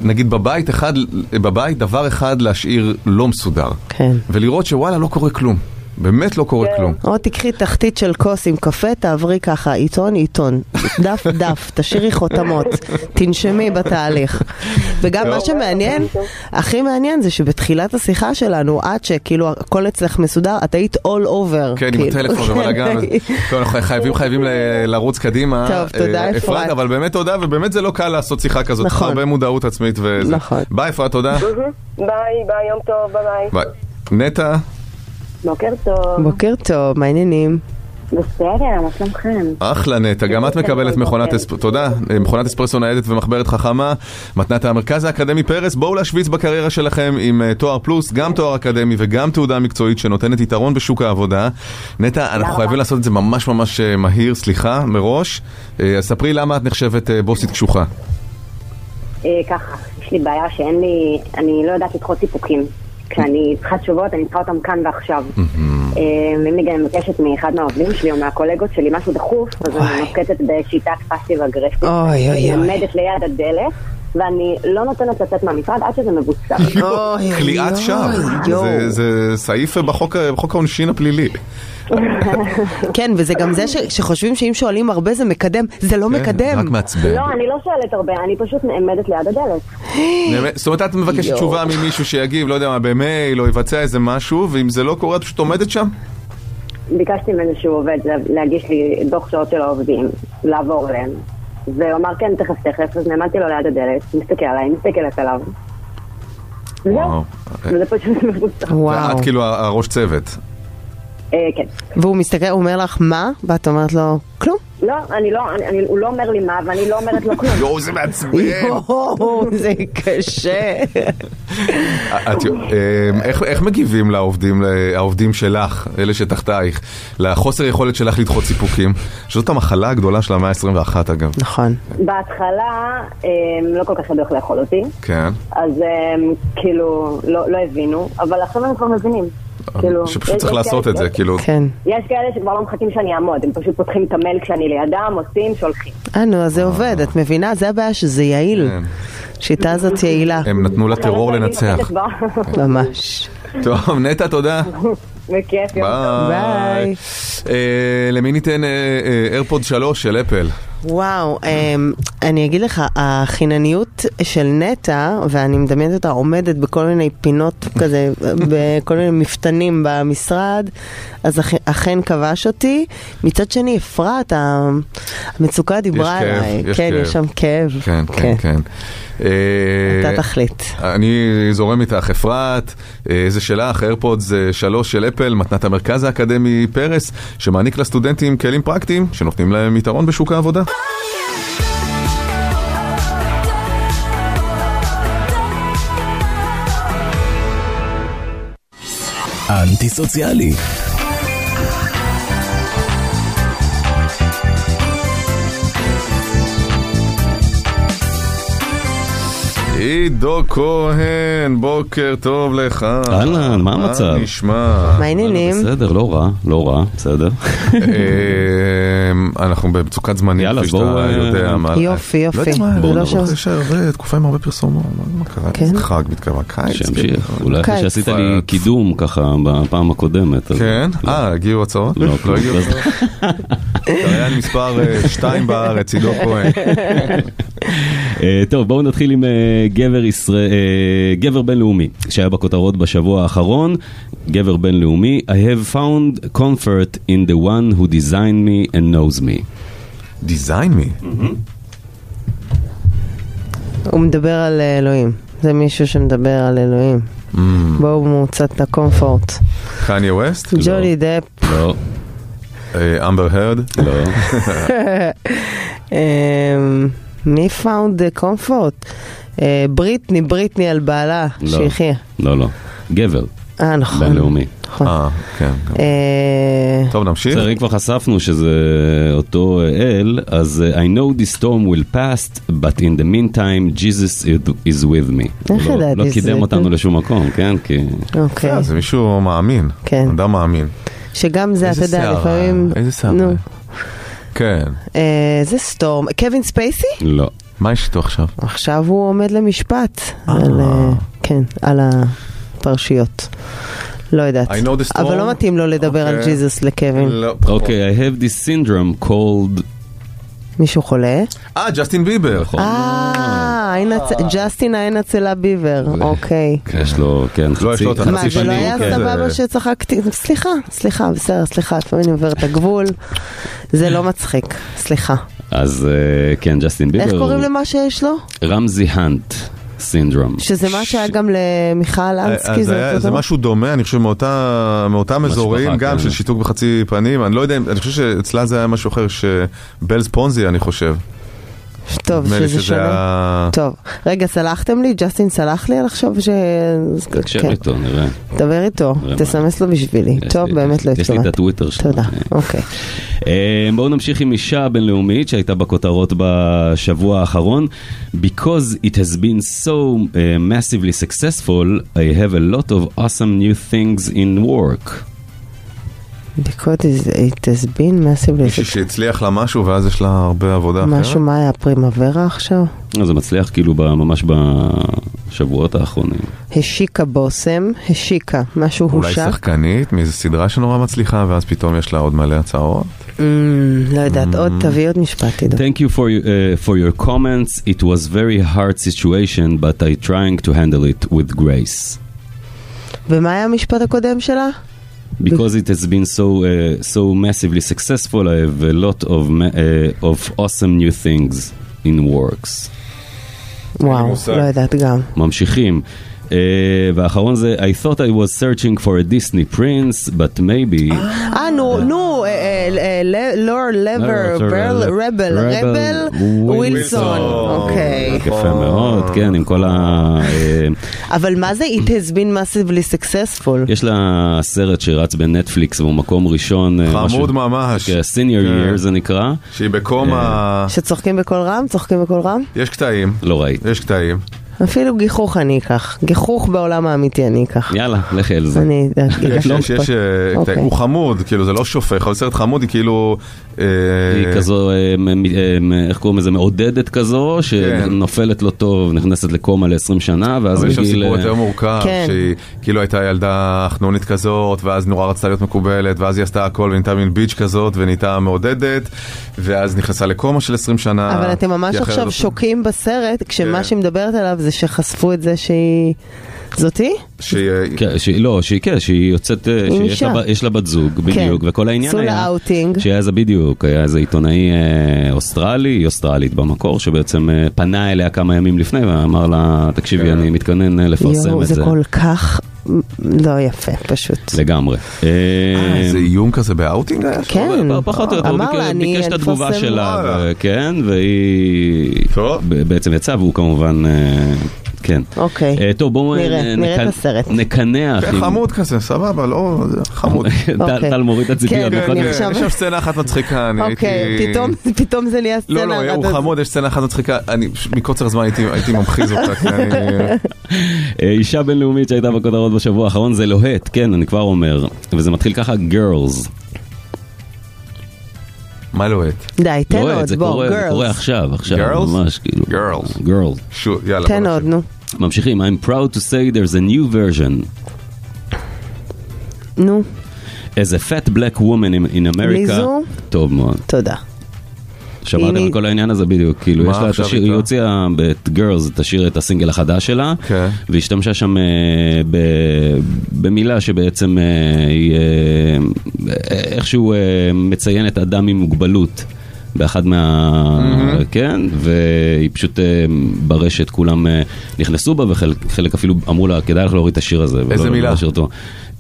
נגיד בבית אחד, בבית דבר אחד להשאיר לא מסודר. כן. ולראות שוואלה לא קורה כלום. באמת לא קורה כן. כלום. או תקחי תחתית של כוס עם קפה, תעברי ככה, עיתון, עיתון, דף, דף, תשאירי חותמות, תנשמי בתהליך. וגם מה שמעניין, הכי מעניין זה שבתחילת השיחה שלנו, עד שכאילו הכל אצלך מסודר, את היית all over. כן, עם כאילו. הטלפון ובלאגן. אז- טוב, אנחנו חייבים, חייבים ל- לרוץ קדימה. טוב, תודה, אה, אפרת. אבל באמת תודה, ובאמת זה לא קל לעשות שיחה כזאת. נכון. הרבה מודעות עצמית וזה. נכון. ביי, אפרת, תודה. Mhm. ביי, ביי, יום טוב, ביי ביי. ביי. נטע, בוקר טוב, בוקר טוב, מה העניינים? בסדר, מה שלומכם? אחלה נטע, גם את מקבלת מכונת אספרסו, תודה, אה, מכונת אספרסו ניידת ומחברת חכמה, מתנת המרכז האקדמי פרס, בואו להשוויץ בקריירה שלכם עם אה, תואר פלוס, גם תואר אקדמי וגם תעודה מקצועית שנותנת יתרון בשוק העבודה. נטע, אנחנו חייבים לעשות את זה ממש ממש אה, מהיר, סליחה, מראש. אה, אז ספרי למה את נחשבת אה, בוסית קשוחה. אה, ככה, יש לי בעיה שאין לי, אני לא יודעת לדחות סיפוקים. כשאני צריכה תשובות, אני צריכה אותם כאן ועכשיו. אה, אם אני גם מבקשת מאחד מהעובדים שלי או מהקולגות שלי משהו דחוף, אז וואי. אני נוקטת בשיטת פאסיב אגרסיב. אוי, אוי, אוי. עומדת ליד הדלת, ואני לא נותנת לצאת מהמשרד עד שזה מבוצע. אוי, כליאת אוי, שווא, יואו. אה. זה- זה סעיף אה, בחוק ה- בחוק העונשין הפלילי. כן, וזה גם זה ש- שחושבים שאם שואלים הרבה זה מקדם, זה לא כן, רק מקדם. מעצבן. לא, אני לא שואלת הרבה, אני פשוט נעמדת ליד הדלת. באמת? זאת אומרת, את מבקשת יואו. תשובה ממישהו שיגיב, לא יודע מה, במייל, או יבצע איזה משהו, ואם זה לא קורה, את פשוט עומדת שם? ביקשתי ממנו שהוא עובד לה- להגיש לי דוח שעות של העובדים, לעבור אליהם. והוא אמר כן, תכף תכף, אז נעמדתי לו ליד הדלת, מסתכל עליי, מסתכלת עליו. וואו. לא. זהו, וזה פשוט מבוצע. וואו. ואת כאילו הראש צוות. אה, כן. והוא מסתכל, הוא אומר לך מה? ואת אומרת לו, כלום. לא, אני לא, אני- אני- הוא לא אומר לי מה, ואני לא אומרת לו כלום. יואו, זה מעצבן. יואו, זה קשה. את- אה, איך- איך מגיבים לעובדים, העובדים שלך, אלה שתחתייך, לחוסר יכולת שלך לדחות סיפוקים? שזאת המחלה הגדולה של המאה ה-21 אגב. נכון. בהתחלה אה, לא כל כך ידעו איך לאכול אותי, כן. אז אה, כאילו לא לא הבינו, אבל עכשיו הם כבר מבינים. כאילו, אה, שפשוט יש- צריך יש לעשות כאלה- את זה, כאילו. כן. יש כאלה שכבר לא מחכים שאני אעמוד, הם פשוט פותחים את המייל כשאני לידם, עושים, שולחים. אה, נו, אז זה עובד, את מבינה? זה הבעיה שזה יעיל. כן. השיטה הזאת יעילה, הם נתנו לטרור אחרת אני לנצח. נוחתת ב- ממש. טוב, נטע, תודה. בכיף, יום ביי. ביי. אה, למי ניתן איירפוד 3 אה, של אפל? וואו, אמ, אני אגיד לך, החינניות של נטע, ואני מדמיינת אותה עומדת בכל מיני פינות כזה, בכל מיני מפתנים במשרד, אז אכן- אכן כבש אותי. מצד שני, אפרת, ה- המצוקה דיברה כאב, עליי. יש כן, כאב. יש שם כאב. כן, כן, כן. אה, אתה תחליט. אני זורם איתך, אפרת, אה, זה שלך, איירפודס אה, שלוש של אפל, מתנת המרכז האקדמי פרס, שמעניק לסטודנטים כלים פרקטיים שנותנים להם יתרון בשוק העבודה. אנטי-סוציאלי. עידו כהן, בוקר טוב לך. אהלן, מה המצב? מה נשמע? מה העניינים? בסדר, לא רע, לא רע, בסדר. אה, אנחנו במצוקת זמנים, יאללה, כפי שאתה בואו, אה, יודע. מה- יופי, יופי. לא יודע מה, בואו אני נעבור. חושב שהרבה- תקופה עם הרבה פרסומות, מה- מה קרה? כן. זה חג מתקרב, קיץ. שימשיך, כאילו. אולי אחרי קיץ. שעשית לי פאק. קידום ככה בפעם הקודמת. אז- כן? אה, הגיעו הצעות? לא, לא כלום. הגיעו אז- הצעות. תריין מספר 2 בארץ, עידו כהן. אה, טוב, בואו נתחיל עם אה, גבר ישראל, אה, גבר בינלאומי, שהיה בכותרות בשבוע האחרון. גבר בינלאומי, I have found comfort in the one who designed me and knows me. דיזיין מי? כן. הוא מדבר על אלוהים. זה מישהו שמדבר על אלוהים. Mm. בואו מוצאת הקומפורט. קניה ווסט? ג'ולי דפ, לא, אה, אמבר הרד? לא. אמ, מי found the comfort? אה, בריטני, בריטני על בעלה, לא. שיחיה. לא, לא. גבר אה, נכון. בינלאומי. נכון. אה, כן. כן. אה, טוב, נמשיך? בסדר, אם כבר חשפנו שזה אותו אה, אל, אז אה, I know this storm will pass, but in the meantime, Jesus is with me. הוא לא- ידעתי לא שזה? קידם אותנו לשום מקום, כן? כי... אוקיי. אה, זה מישהו מאמין. כן. אדם מאמין. שגם זה, אתה איזה יודע, שיער, לפעמים... איזה שיער. נו, כן. אה, זה סטורם. קווין ספייסי? לא. מה יש איתו עכשיו? עכשיו הוא עומד למשפט. על, אה, כן, על הפרשיות. לא יודעת. I know the storm. אבל לא מתאים לו לדבר על אוקיי. ג'יזוס לקווין. לא, פחות. אוקיי, I have this syndrome called... מישהו חולה? אה, ג'סטין ביבר. נכון. אה, עין הצ- ג'סטין העין עצלה ביבר, אוקיי. יש לו, כן, לא, יש חצי לו את החצי מה, זה לא פנים, היה כן. סבבה זה- שצחקתי? סליחה, סליחה, בסדר, סליחה, לפעמים אני עוברת את הגבול. זה לא מצחיק, סליחה. אז אה, כן, ג'סטין ביבר. איך קוראים הוא למה שיש לו? רמזי האנט סינדרום. שזה מה שהיה גם למיכל אה, אנסקי, אז אה, זה היה- אותו אה, זה דבר? משהו דומה, אני חושב, מאותה- אה, מאותם משפחה, אזורים, גם כן. של שיתוק בחצי פנים, אני לא יודע, אם- אני חושב שאצלה זה היה משהו אחר, שבלז פונזי, אני חושב. טוב, נדמה לי שזה שונה. היה- טוב, רגע, סלחתם לי? ג'סטין סלח לי על עכשיו ש... תקשר כן. איתו, נראה. דבר איתו, נראה מה. תסמס לו בשבילי. יש טוב, לי- באמת לא יש לי התכוונתי. את הטוויטר שלו. תודה, אה, אוקיי. אה, בואו נמשיך עם אישה בינלאומית שהייתה בכותרות בשבוע האחרון. Because it has been so uh, massively successful, I have a lot of awesome new things in work. בדיקות is- it has been massively מישהי שהצליח לה משהו ואז יש לה הרבה עבודה אחרת. משהו, מה היה פרימוורה עכשיו? אה, זה מצליח כאילו ב- ממש בשבועות האחרונים. השיקה בושם, השיקה, משהו אולי הושק. שחקנית מאיזו סדרה שנורא מצליחה ואז פתאום יש לה עוד מלא הצעות. Mm, לא יודעת, עוד תביא עוד משפט, עידו. Thank you for, you- uh, for your comments, it was very hard situation, but I trying to handle it with grace. ומה היה המשפט הקודם שלה? Because it has been so uh, so massively successful, I have a lot of ma- uh, of awesome new things in works. וואו, מושג. לא יודעת גם. ממשיכים. Uh, והאחרון זה I thought I was searching for a Disney prince, but maybe... אה, נו, לא. נו, אה, אה, אה, ל- לור לבר, ברל- רבל, רבל, ווילסון. אוקיי. יפה מאוד, כן, עם כל ה... אה, אבל מה זה It has been massively successful? יש לה סרט שרץ בנטפליקס והוא מקום ראשון. אה, משהו- חמוד ממש. כן, senior כן. year זה נקרא. שהיא בקומה, אה. שצוחקים בקול רם? צוחקים בקול רם? יש קטעים, אה, לא ראיתי. יש קטעים. אפילו גיחוך אני אקח. גיחוך בעולם האמיתי אני אקח. יאללה, לכי על זה. אני יש, יש, יש, אה, אוקיי. הוא חמוד, כאילו זה לא שופך, אבל סרט חמוד היא כאילו... אה, היא כזו, אה, מ- מ- מ- איך קוראים לזה, מעודדת כזו, כן. שנופלת לא טוב, נכנסת לקומה ל-20 שנה, ואז אבל יש שם בגיל... סיפור אה, יותר מורכב, כן. שהיא כאילו הייתה ילדה חנונית כזאת, ואז נורא רצתה להיות מקובלת, ואז היא עשתה הכל ונהייתה מין ביץ' כזאת, ונהייתה מעודדת, ואז נכנסה לקומה של 20 שנה. אה, אבל אתם ממש כי אחרת עכשיו לא- שוקעים בסרט, כן. כשמה שהיא מדברת עליו זה שחשפו את זה שהיא... זאתי? שהיא- כן, שהיא- לא, שהיא כן, שהיא יוצאת, אה, היא שיש לה אישה. כן. ב- יש לה בת זוג, בדיוק, וכל העניין עשו לה היה... אאוטינג. שהיה איזה בדיוק, היה איזה עיתונאי אה, אוסטרלי, היא אוסטרלית במקור, שבעצם אה, פנה אליה כמה ימים לפני ואמר לה, תקשיבי, כן. אני מתכנן אה, לפרסם יואו, את זה זה. כל כך לא יפה, פשוט. לגמרי. אה, אה, זה איום כזה באאוטינג היה? שם? כן, פ- פחות או יותר, הוא אמר ביקש- לה, אני- ביקש את אני התגובה מפרסם. שלה, וואלה. ו- כן, והיא טוב. ב- בעצם יצאה, והוא כמובן, אה, כן. אוקיי. אה, טוב, בואו נראה, אה, נראה נק- את הסרט. נקנח. כן, עם- חמוד כזה, סבבה, לא, זה חמוד. טל- אוקיי. טל מוריד את הציפייה. כן, בכל אני זאת. יש עכשיו- שם סצנה אחת מצחיקה, אני הייתי... אוקיי, פתאום- פתאום זה נהיה סצנה. לא, לא, עד הוא אז- חמוד, יש סצנה אחת מצחיקה, אני פש- מקוצר זמן הייתי- הייתי ממחיז אותה, כי אני... אה, אישה בינלאומית שהייתה בכותרות בשבוע האחרון זה לוהט, כן, אני כבר אומר. וזה מתחיל ככה, girls. מה לוהט? די, תן לוהט, עוד, זה בוא, קורה, זה קורה girls. עכשיו, עכשיו, Girls? ממש, כאילו. Girls. girls. שו, יאללה. תן בוא עוד, נמשיך. נו. ממשיכים, I'm proud to say there's a new version. נו, As a fat black woman in, in America. ליזו? טוב מאוד. תודה. שמעתם הנה- על כל העניין הזה בדיוק, כאילו, מה יש לה את עכשיו השיר, איתה? היא הוציאה את Girls, את השיר, את הסינגל החדש שלה, כן. והשתמשה שם אה, ב, במילה שבעצם אה, היא אה, איכשהו אה, מציינת אדם עם מוגבלות. באחד מה... כן, והיא פשוט אה, ברשת, כולם אה, נכנסו בה, וחלק חלק אפילו אמרו לה, כדאי לך להוריד את השיר הזה. ולא- איזה לא מילה? להשאיר אותו.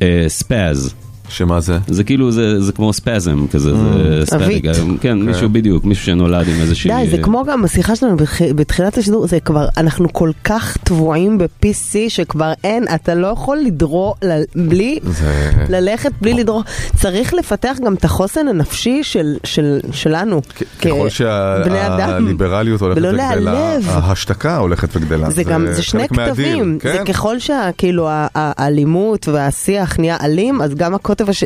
אה, ספאז. שמה זה? Mm. זה כאילו, זה, זה כמו ספזם כזה, זה ספזיק, אוקיי. כן, מישהו בדיוק, מישהו שנולד עם איזושהי... אה, די, אה, זה כמו גם השיחה שלנו בתח- בתחילת השידור, זה כבר, אנחנו כל כך טבועים ב-PC שכבר אין, אתה לא יכול לדרור, ל- בלי, זה- ללכת בלי לדרור. צריך לפתח גם את החוסן הנפשי של- של- שלנו. ככל אה, בני אדם. שהליברליות הולכת ולא וגדלה, להיעלב. ההשתקה הולכת וגדלה. זה גם, זה שני חלק מהדין, כתבים, כן? זה ככל שכאילו האלימות והשיח נהיה אלים, אז גם הקוטב הש...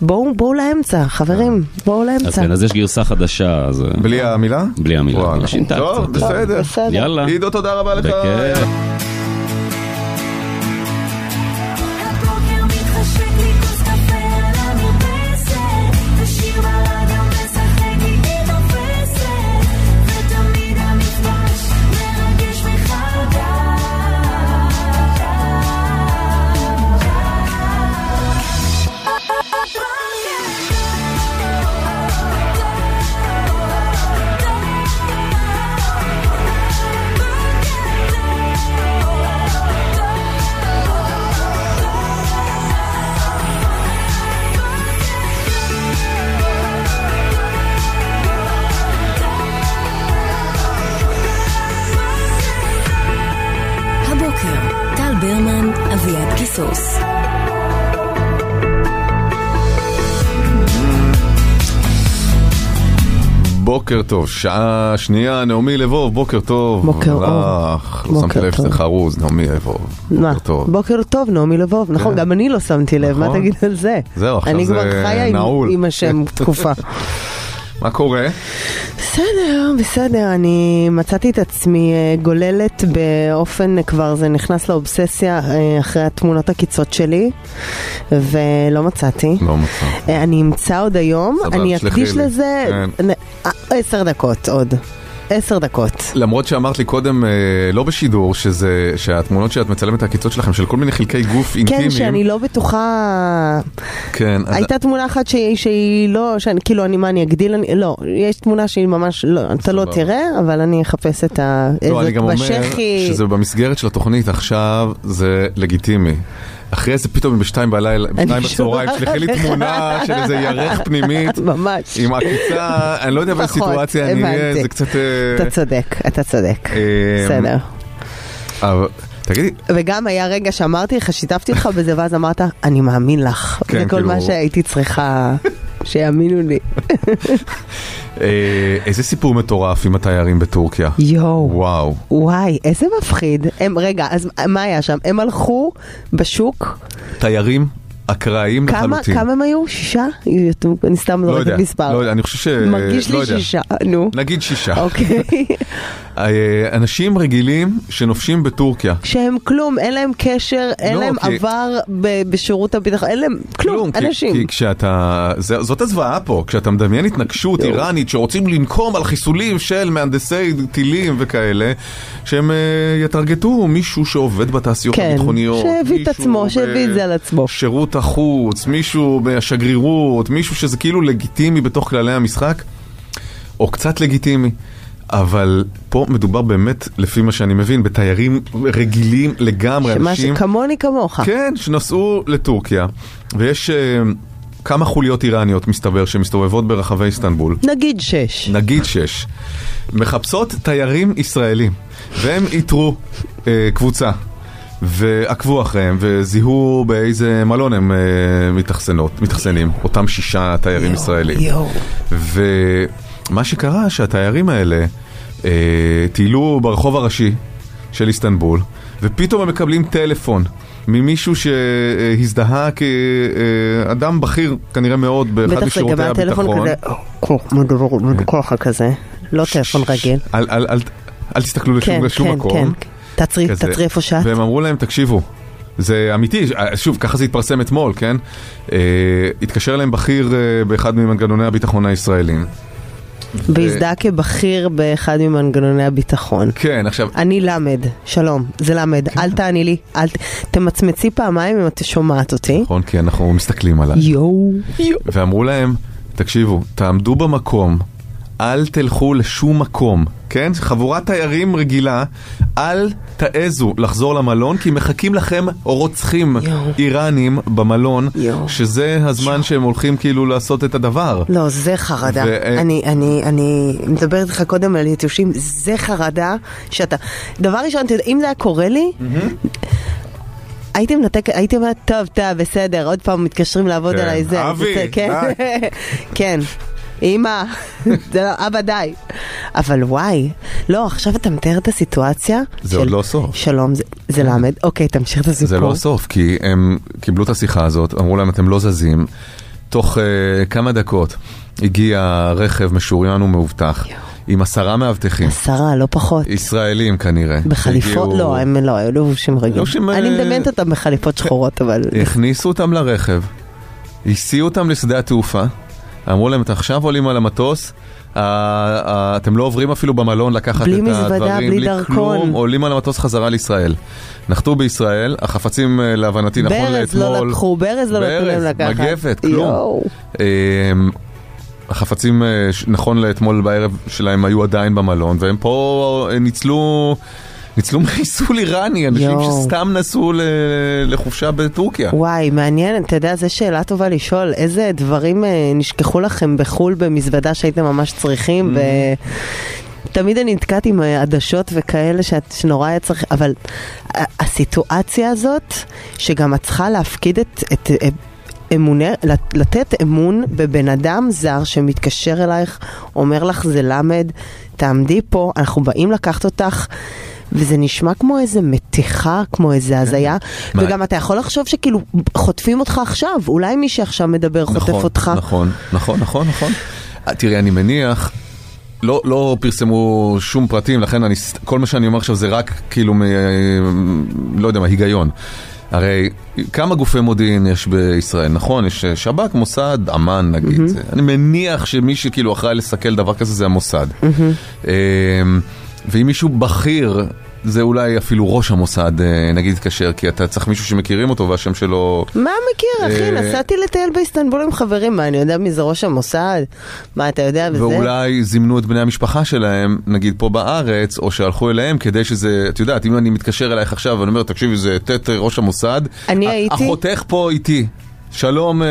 בואו בואו לאמצע, חברים, אה. בואו אז לאמצע. כן, אז יש גרסה חדשה, אז... אה, בלי המילה? בלי המילה, וואלה. אבל שינתה טוב, קצת, בסדר. בסדר. יאללה. עידו, תודה רבה לך. בכיף. הבוקר מתחשק לי כוס קפה על המרפסת, ושיר בלד המשחק איתי תופסת, ותמיד המפגש מרגש מחדש. הבוקר, טל ברמן, אביעד קיסוס. בוקר טוב, שעה שנייה, נעמי לבוב, בוקר טוב. בוקר אור. לך, לא שמת בוקר לב טוב. שזה חרוז, נעמי לבוב. מה? בוקר טוב. כן. בוקר טוב, נעמי לבוב. נכון, גם אני לא שמתי לב, מה נכון. תגיד על זה? זהו, עכשיו אני זה כבר חיה עם- נעול. עם השם תקופה. מה קורה? בסדר, בסדר, אני מצאתי את עצמי אה, גוללת באופן, אה, כבר זה נכנס לאובססיה אה, אחרי התמונות הקיצות שלי, ולא מצאתי. לא מצא. אה, אני אמצא עוד היום, סבבה, אני תשלחי אקדיש לי. לזה כן. נ- אה, עשר דקות עוד. עשר דקות. למרות שאמרת לי קודם, אה, לא בשידור, שזה, שהתמונות שאת מצלמת, הקיצות שלכם, של כל מיני חלקי גוף אינטימיים. כן, שאני לא בטוחה... כן, אז- הייתה תמונה אחת שהיא- שהיא לא, שאני כאילו, אני מה, אני אגדיל? אני- לא, יש תמונה שהיא ממש, לא, אתה לא סבבה. תראה, אבל אני אחפש את ה... לא, איזה אני גם אומר בשחי. שזה במסגרת של התוכנית עכשיו, זה לגיטימי. אחרי זה פתאום בשתיים בלילה, בשתיים בצהריים, שולחת שלחי לי לך. תמונה של איזה ירך פנימית ממש. עם עקיצה, אני לא יודע באיזה פחות, סיטואציה אני אהיה, הבנתי. זה קצת... אה, אתה צודק, אתה צודק. אה, בסדר. אבל- תגידי, וגם היה רגע שאמרתי לך, שיתפתי אותך בזה, ואז אמרת, אני מאמין לך. כן, זה כל כאילו- מה שהייתי צריכה שיאמינו לי. אה, אה, איזה סיפור מטורף עם התיירים בטורקיה. יואו. וואו. וואי, איזה מפחיד. הם, רגע, אז מה היה שם? הם הלכו בשוק, תיירים אקראיים כמה, לחלוטין. כמה הם היו? שישה? אני סתם לא זורקת יודע, מספר. לא יודע, אני חושב ש... מרגיש לי לא יודע. שישה, נו. נגיד שישה. אוקיי. אה, אנשים רגילים שנופשים בטורקיה. שהם כלום, אין להם קשר, אין לא, להם כי- עבר ב- בשירות הביטחון, אין להם כלום, כי- אנשים. כי כשאתה, זה- זאת הזוועה פה, כשאתה מדמיין התנגשות איראנית שרוצים לנקום על חיסולים של מהנדסי טילים וכאלה, שהם אה, יטרגטו מישהו שעובד בתעשיות כן, הביטחוניות. שהביא את מישהו עצמו, שהביא את זה על עצמו. שירות החוץ, מישהו מהשגרירות, מישהו שזה כאילו לגיטימי בתוך כללי המשחק, או קצת לגיטימי. אבל פה מדובר באמת, לפי מה שאני מבין, בתיירים רגילים לגמרי, שמה אנשים... שכמוני כמוך. כן, שנסעו לטורקיה, ויש אה, כמה חוליות איראניות, מסתבר, שמסתובבות ברחבי איסטנבול. נגיד שש. נגיד שש. מחפשות תיירים ישראלים, והם איתרו אה, קבוצה. ועקבו אחריהם וזיהו באיזה מלון הם אה, מתאכסנות, מתאכסנים, אותם שישה תיירים יו, ישראלים. יואו. ומה שקרה שהתיירים האלה אה, טיילו ברחוב הראשי של איסטנבול, ופתאום הם מקבלים טלפון ממישהו שהזדהה כאדם בכיר כנראה מאוד באחד בטח זה גם משירותי היה הביטחון. כן. טלפון כזה, כמו מדובר- מדוכח כזה, לא טלפון רגיל. אל, אל, אל, אל תסתכלו לשום, כן, לשום כן, מקום. כן. תעצרי, כזה. תעצרי איפה שאת. והם אמרו להם, תקשיבו, זה אמיתי, אה, שוב, ככה זה התפרסם אתמול, כן? אה, התקשר אליהם בכיר אה, באחד ממנגנוני הביטחון הישראלים. והזדהה כבכיר באחד ממנגנוני הביטחון. כן, עכשיו, כן. אני למד, שלום, זה למד, אל תעני לי, אל ת... תמצמצי פעמיים אם את שומעת אותי. נכון, כי אנחנו מסתכלים עליו. יואו. ואמרו להם, תקשיבו, תעמדו במקום, אל תלכו לשום מקום, כן? חבורת תיירים רגילה, אל תעזו לחזור למלון, כי מחכים לכם רוצחים איראנים במלון, יואו. שזה הזמן שהם הולכים כאילו לעשות את הדבר. לא, זה חרדה. ו- אני, אני, אני מדברת איתך קודם על יתושים, זה חרדה שאתה... דבר ראשון, אתה יודע, אם זה היה קורה לי, הייתי מנתק, הייתי אומרת, טוב, טוב, בסדר, עוד פעם מתקשרים לעבוד כן. עליי זה. אבי, זה- כן, די. כן. אמא, זה לא- אבא די. אבל וואי, לא, עכשיו אתה מתאר את הסיטואציה. זה עוד לא הסוף. שלום, זה- זה למד. אוקיי, תמשיך את הסיפור. זה לא הסוף, כי הם קיבלו את השיחה הזאת, אמרו להם אתם לא זזים. תוך אה, כמה דקות הגיע רכב משוריין ומאובטח, עם עשרה מאבטחים, שרה, לא פחות. ישראלים כנראה. בחליפות? שהגיעו- לא, הם לא, היו לבושים רגילים. לבושים, אני אה, מדמיינת אותם בחליפות שחורות, אבל... הכניסו אותם לרכב, הסיעו אותם לשדה התעופה, אמרו להם, אתם עכשיו עולים על המטוס, אה, אה, אתם לא עוברים אפילו במלון לקחת בלי את מזוודה, הדברים, בלי דרכון." כלום, עולים על המטוס חזרה לישראל. נחתו בישראל, החפצים אה, להבנתי נכון לאתמול. ברז לא לקחו, ברז לא נתנו להם ברז, לקחת. מגבת, כלום. יואו. אה, החפצים אה, ש- נכון לאתמול בערב שלהם היו עדיין במלון, והם פה אה, ניצלו... ניצלו מחיסול איראני, אנשים יואו. שסתם נסעו ל- לחופשה בטורקיה. וואי, מעניין, אתה יודע, זו שאלה טובה לשאול, איזה דברים אה, נשכחו לכם בחו"ל במזוודה שהייתם ממש צריכים, ו... תמיד אני נתקעת עם אה, עדשות וכאלה שאת, שנורא היה צריך, אבל ה- הסיטואציה הזאת, שגם את צריכה להפקיד את, את אה, אמוני, לת- לתת אמון בבן אדם זר שמתקשר אלייך, אומר לך זה למד, תעמדי פה, אנחנו באים לקחת אותך. וזה נשמע כמו איזה מתיחה, כמו איזה הזיה, כן. מה- וגם אתה יכול לחשוב שכאילו חוטפים אותך עכשיו, אולי מי שעכשיו מדבר חוטף נכון, אותך. נכון, נכון, נכון, נכון. אה, תראי, אני מניח, לא, לא פרסמו שום פרטים, לכן אני, ס- כל מה שאני אומר עכשיו זה רק כאילו, מ, אה, לא יודע מה, היגיון. הרי כמה גופי מודיעין יש בישראל, נכון? יש אה, שב"כ, מוסד, אמ"ן נגיד. Mm-hmm. אני מניח שמי שכאילו אחראי לסכל דבר כזה זה המוסד. Mm-hmm. ואם מישהו בכיר, זה אולי אפילו ראש המוסד, אה, נגיד, יתקשר, כי אתה צריך מישהו שמכירים אותו והשם שלו... מה מכיר, אחי? אה, נסעתי לטייל באיסטנבול עם חברים, מה, אני יודע מי זה ראש המוסד? מה, אתה יודע וזה? ואולי זימנו את בני המשפחה שלהם, נגיד פה בארץ, או שהלכו אליהם כדי שזה, את יודעת, אם אני מתקשר אלייך עכשיו ואני אומר, תקשיבי, זה ט' ראש אה, המוסד, אני ה- הייתי- החותך פה איתי. שלום, אה,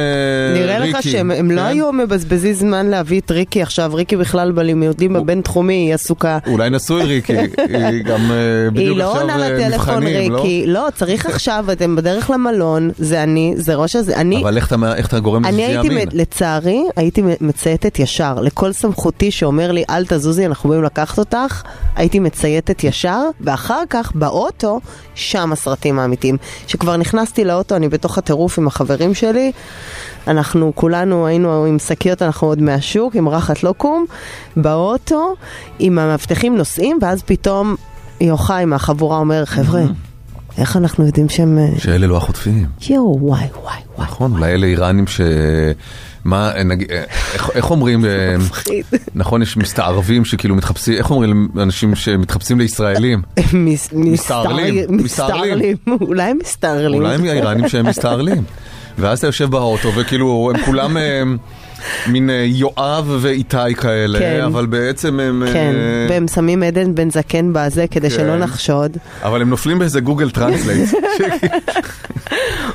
ריקי. נראה לך שהם הם לא כן? היו מבזבזים זמן להביא את ריקי עכשיו, ריקי בכלל בלימודים בבינתחומי, היא עסוקה. אולי נשוי ריקי, היא גם אה, היא בדיוק לא עכשיו עונה אה, לטלפון מבחנים, לא? ריקי, לא, צריך עכשיו, אתם בדרך למלון, זה אני, זה ראש הזה, אני, אבל איך אתה מה- איך אתה גורם לזה לא. אני שזה הייתי, יאמין? מ- לצערי, הייתי מ- מצייתת ישר. לכל סמכותי שאומר לי, אל תזוזי, אנחנו באים לקחת אותך, הייתי מצייתת ישר, ואחר כך, באוטו, שם הסרטים האמיתיים. כשכבר נכנסתי לאוטו, אני בתוך הטירוף עם החברים שלי, אנחנו כולנו היינו עם שקיות, אנחנו עוד מהשוק, עם רחת לוקום, באוטו, עם המאבטחים נוסעים, ואז פתאום יוחאי מהחבורה אומר, חבר'ה, איך אנחנו יודעים שהם... אה, שאלה לא החוטפים. יואו, וואי, וואי. נכון, אולי אלה איראנים ש... מה, אה, נגיד, אה, איך, איך אומרים, אה, נכון, יש מסתערבים שכאילו מתחפשים, איך אומרים אנשים שמתחפשים לישראלים? מס- מסתערלים, מסתער- מסתערלים. אולי הם מסתערלים. אולי הם האיראנים שהם מסתערלים. ואז אתה יושב באוטו וכאילו הם כולם אה, מין אה, יואב ואיתי כאלה, כן. אבל בעצם הם... אה, כן, והם שמים עדן בן זקן בזה כדי כן. שלא נחשוד. אבל הם נופלים באיזה גוגל טרנסלייט,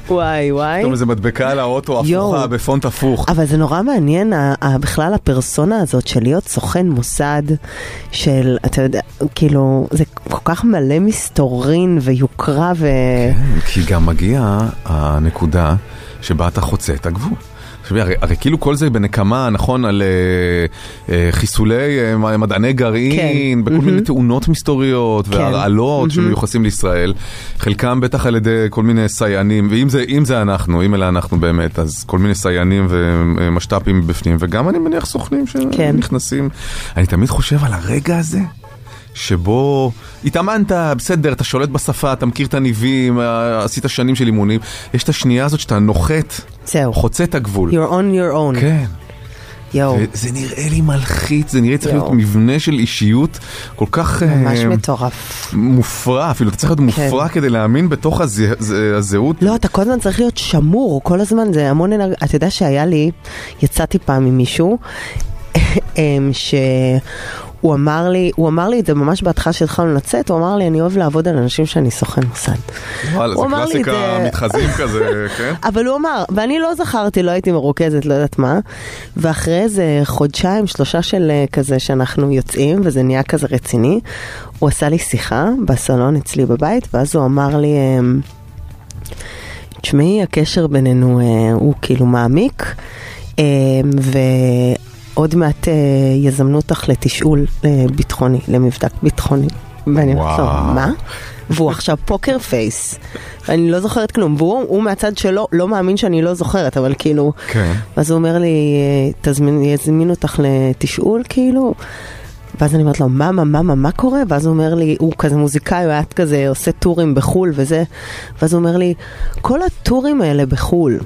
וואי וואי. פתאום איזה מדבקה על האוטו יואו. הפוכה בפונט הפוך. אבל זה נורא מעניין, ה- ה- בכלל הפרסונה הזאת של להיות סוכן מוסד, של, אתה יודע, כאילו, זה כל כך מלא מסתורין ויוקרה ו... כן, כי גם מגיעה הנקודה שבה אתה חוצה את הגבול. תשמעי, הרי, הרי כאילו כל זה בנקמה, נכון, על אה, אה, חיסולי אה, מ- מדעני גרעין, כן. בכל מיני מהמם. תאונות מסתוריות והרעלות שמיוחסים לישראל, חלקם בטח על ידי כל מיני סייענים, ואם זה, אם זה אנחנו, אם אלה אנחנו באמת, אז כל מיני סייענים ומשת"פים בפנים, וגם אני מניח סוכנים שנכנסים. אני תמיד חושב על הרגע הזה. שבו התאמנת, בסדר, אתה שולט בשפה, אתה מכיר את הניבים, אה, עשית שנים של אימונים. יש את השנייה הזאת שאתה נוחת, זהו. חוצה את הגבול. You're on your own. כן. יואו. זה נראה לי מלחיץ, זה נראה צריך להיות יואו. מבנה של אישיות כל כך... ממש אה, מטורף. כן. מופרע, אפילו אתה צריך להיות מופרע כדי להאמין בתוך הזה- זה- הזהות. לא, אתה כל הזמן צריך להיות שמור, כל הזמן זה המון אנרגיה. אתה יודע שהיה לי, יצאתי פעם עם מישהו, אמ, שהוא אמר לי, הוא אמר לי את זה ממש בהתחלה שהתחלנו לצאת, הוא אמר לי, אני אוהב לעבוד על אנשים שאני סוכן מוסד. וואלה, זה הוא אמר לי את קלאסיקה זה- מתחזים כזה, כן? אבל הוא אמר, ואני לא זכרתי, לא הייתי מרוכזת, לא יודעת מה. ואחרי איזה חודשיים, שלושה של אה, כזה שאנחנו יוצאים, וזה נהיה כזה רציני, הוא עשה לי שיחה בסלון אצלי בבית, ואז הוא אמר לי, אמ, תשמעי, הקשר בינינו אה, הוא כאילו מעמיק, אה, ועוד מעט אה, יזמנו אותך לתשאול אה, ביטחוני, למבדק ביטחוני. ואני אומרת לו, וואו. מה? והוא עכשיו פוקר פייס, ואני לא זוכרת כלום, והוא הוא מהצד שלו לא מאמין שאני לא זוכרת, אבל כאילו... כן. אז הוא אומר לי, אה, תזמין, יזמין אותך לתשאול, כאילו? ואז אני אומרת לו, מה, מה, מה, מה, מה קורה? ואז הוא אומר לי, הוא כזה מוזיקאי, הוא היה כזה עושה טורים בחו"ל וזה, ואז הוא אומר לי, כל הטורים האלה בחו"ל,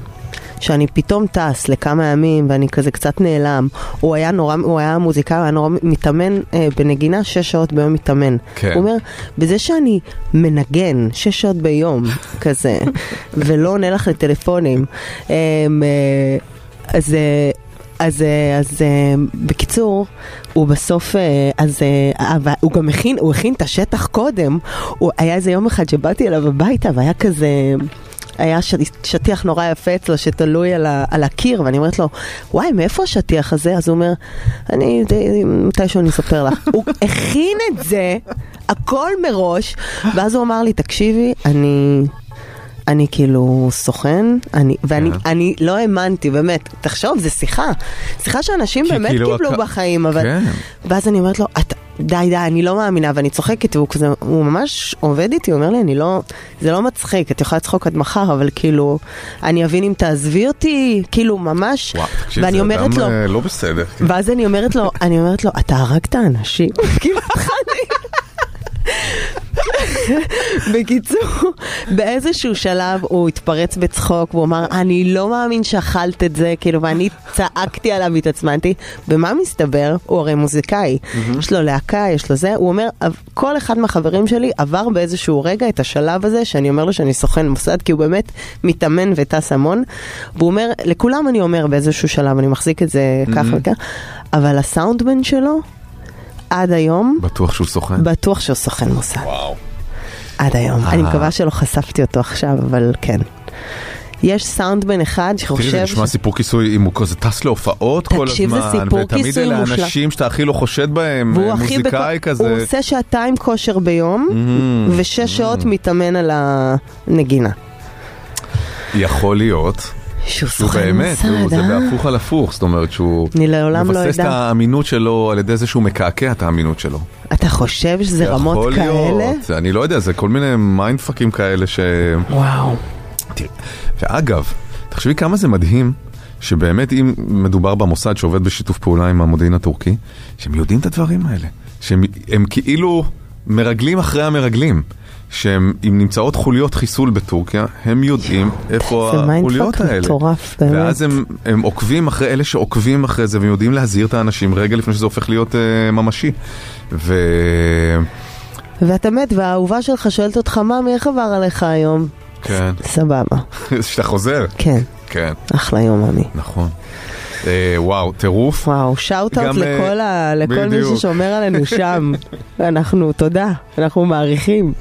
שאני פתאום טס לכמה ימים ואני כזה קצת נעלם, הוא היה נורא, הוא היה מוזיקאי, הוא היה נורא מתאמן אה, בנגינה, שש שעות ביום מתאמן. כן. הוא אומר, בזה שאני מנגן שש שעות ביום, כזה, ולא עונה לך לטלפונים, אמ, אה, אז... אה, אז, אה, אז אה, בקיצור, הוא בסוף, אה, אז אה, אבל הוא גם הכין, הוא הכין את השטח קודם. הוא, היה איזה יום אחד שבאתי אליו הביתה והיה כזה, היה ש, שטיח נורא יפה אצלו שתלוי על, ה, על הקיר, ואני אומרת לו, וואי, מאיפה השטיח הזה? אז הוא אומר, אני, די- מתישהו אני אספר לך. הוא הכין את זה, הכל מראש, ואז הוא אמר לי, תקשיבי, אני... אני כאילו סוכן, אני, אה. ואני אני לא האמנתי, באמת, תחשוב, זו שיחה, שיחה שאנשים כי באמת כאילו קיבלו הק- בחיים, אבל... כן. ואז אני אומרת לו, "את- די, די, אני לא מאמינה, ואני צוחקת, והוא כזה, הוא ממש עובד איתי, הוא אומר לי, אני לא, זה לא מצחיק, את יכולה לצחוק עד מחר, אבל כאילו, אני אבין אם תעזבי אותי, כאילו, ממש, וואו, תקשיב, ואני זה אומרת אדם לו, אה, לא בסדר. ואז אני אומרת לו, אני אומרת לו, אתה הרגת אנשים. כאילו, התחלתי. בקיצור, באיזשהו שלב הוא התפרץ בצחוק, והוא אמר, אני לא מאמין שאכלת את זה, כאילו, ואני צעקתי עליו והתעצמנתי. ומה מסתבר? הוא הרי מוזיקאי, יש לו להקה, יש לו זה, הוא אומר, כל אחד מהחברים שלי עבר באיזשהו רגע את השלב הזה, שאני אומר לו שאני סוכן מוסד, כי הוא באמת מתאמן וטס המון, והוא אומר, לכולם אני אומר באיזשהו שלב, אני מחזיק את זה כך Mhm. וכך, אבל הסאונדמן שלו, עד היום, בטוח שהוא סוכן. בטוח שהוא סוכן מוסד. וואו. עד היום. כן. אה. אני מקווה שלא חשפתי אותו עכשיו, אבל כן. יש סאונדמן אחד תראי, זה שחושב... נשמע סיפור כיסוי אם הוא כזה טס להופעות כל הזמן. תקשיב, זה סיפור ותמיד כיסוי אלה מושלם. האנשים שאתה הכי לא חושד בהם, והוא הכי מוזיקאי בכל- כזה. הוא עושה שעתיים כושר ביום, Mm, ושש שעות מתאמן על הנגינה. יכול להיות. שהוא שהוא סוכן באמת, מסעד, הוא- זה אה? בהפוך על הפוך, זאת אומרת שהוא... אני לעולם לא מבסס את אדע. האמינות שלו על ידי זה שהוא מקעקע את האמינות שלו. אתה חושב שזה רמות כאלה? להיות, אני לא יודע, זה כל מיני מיינדפאקים כאלה ש... וואו. תראי, ואגב, תחשבי כמה זה מדהים. שבאמת אם מדובר במוסד שעובד בשיתוף פעולה עם המודיעין הטורקי, שהם יודעים את הדברים האלה. שהם הם כאילו מרגלים אחרי המרגלים. שהם, אם נמצאות חוליות חיסול בטורקיה, הם יודעים איפה זה החוליות מיינדפאק האלה. מטורף, באמת. ואז הם, הם עוקבים אחרי אלה שעוקבים אחרי זה, והם יודעים להזהיר את האנשים רגע לפני שזה הופך להיות אה, ממשי. ו... ואתה מת, והאהובה שלך שואלת אותך, ממי, איך עבר עליך היום? כן. סבבה. שאתה חוזר. כן. כן. אחלה יום, ממי. נכון. אה, וואו, טירוף. וואו, שאוט-אאוט גם, אה, לכל, ה... לכל מי בדיוק. ששומר עלינו שם. אנחנו, תודה, אנחנו מעריכים.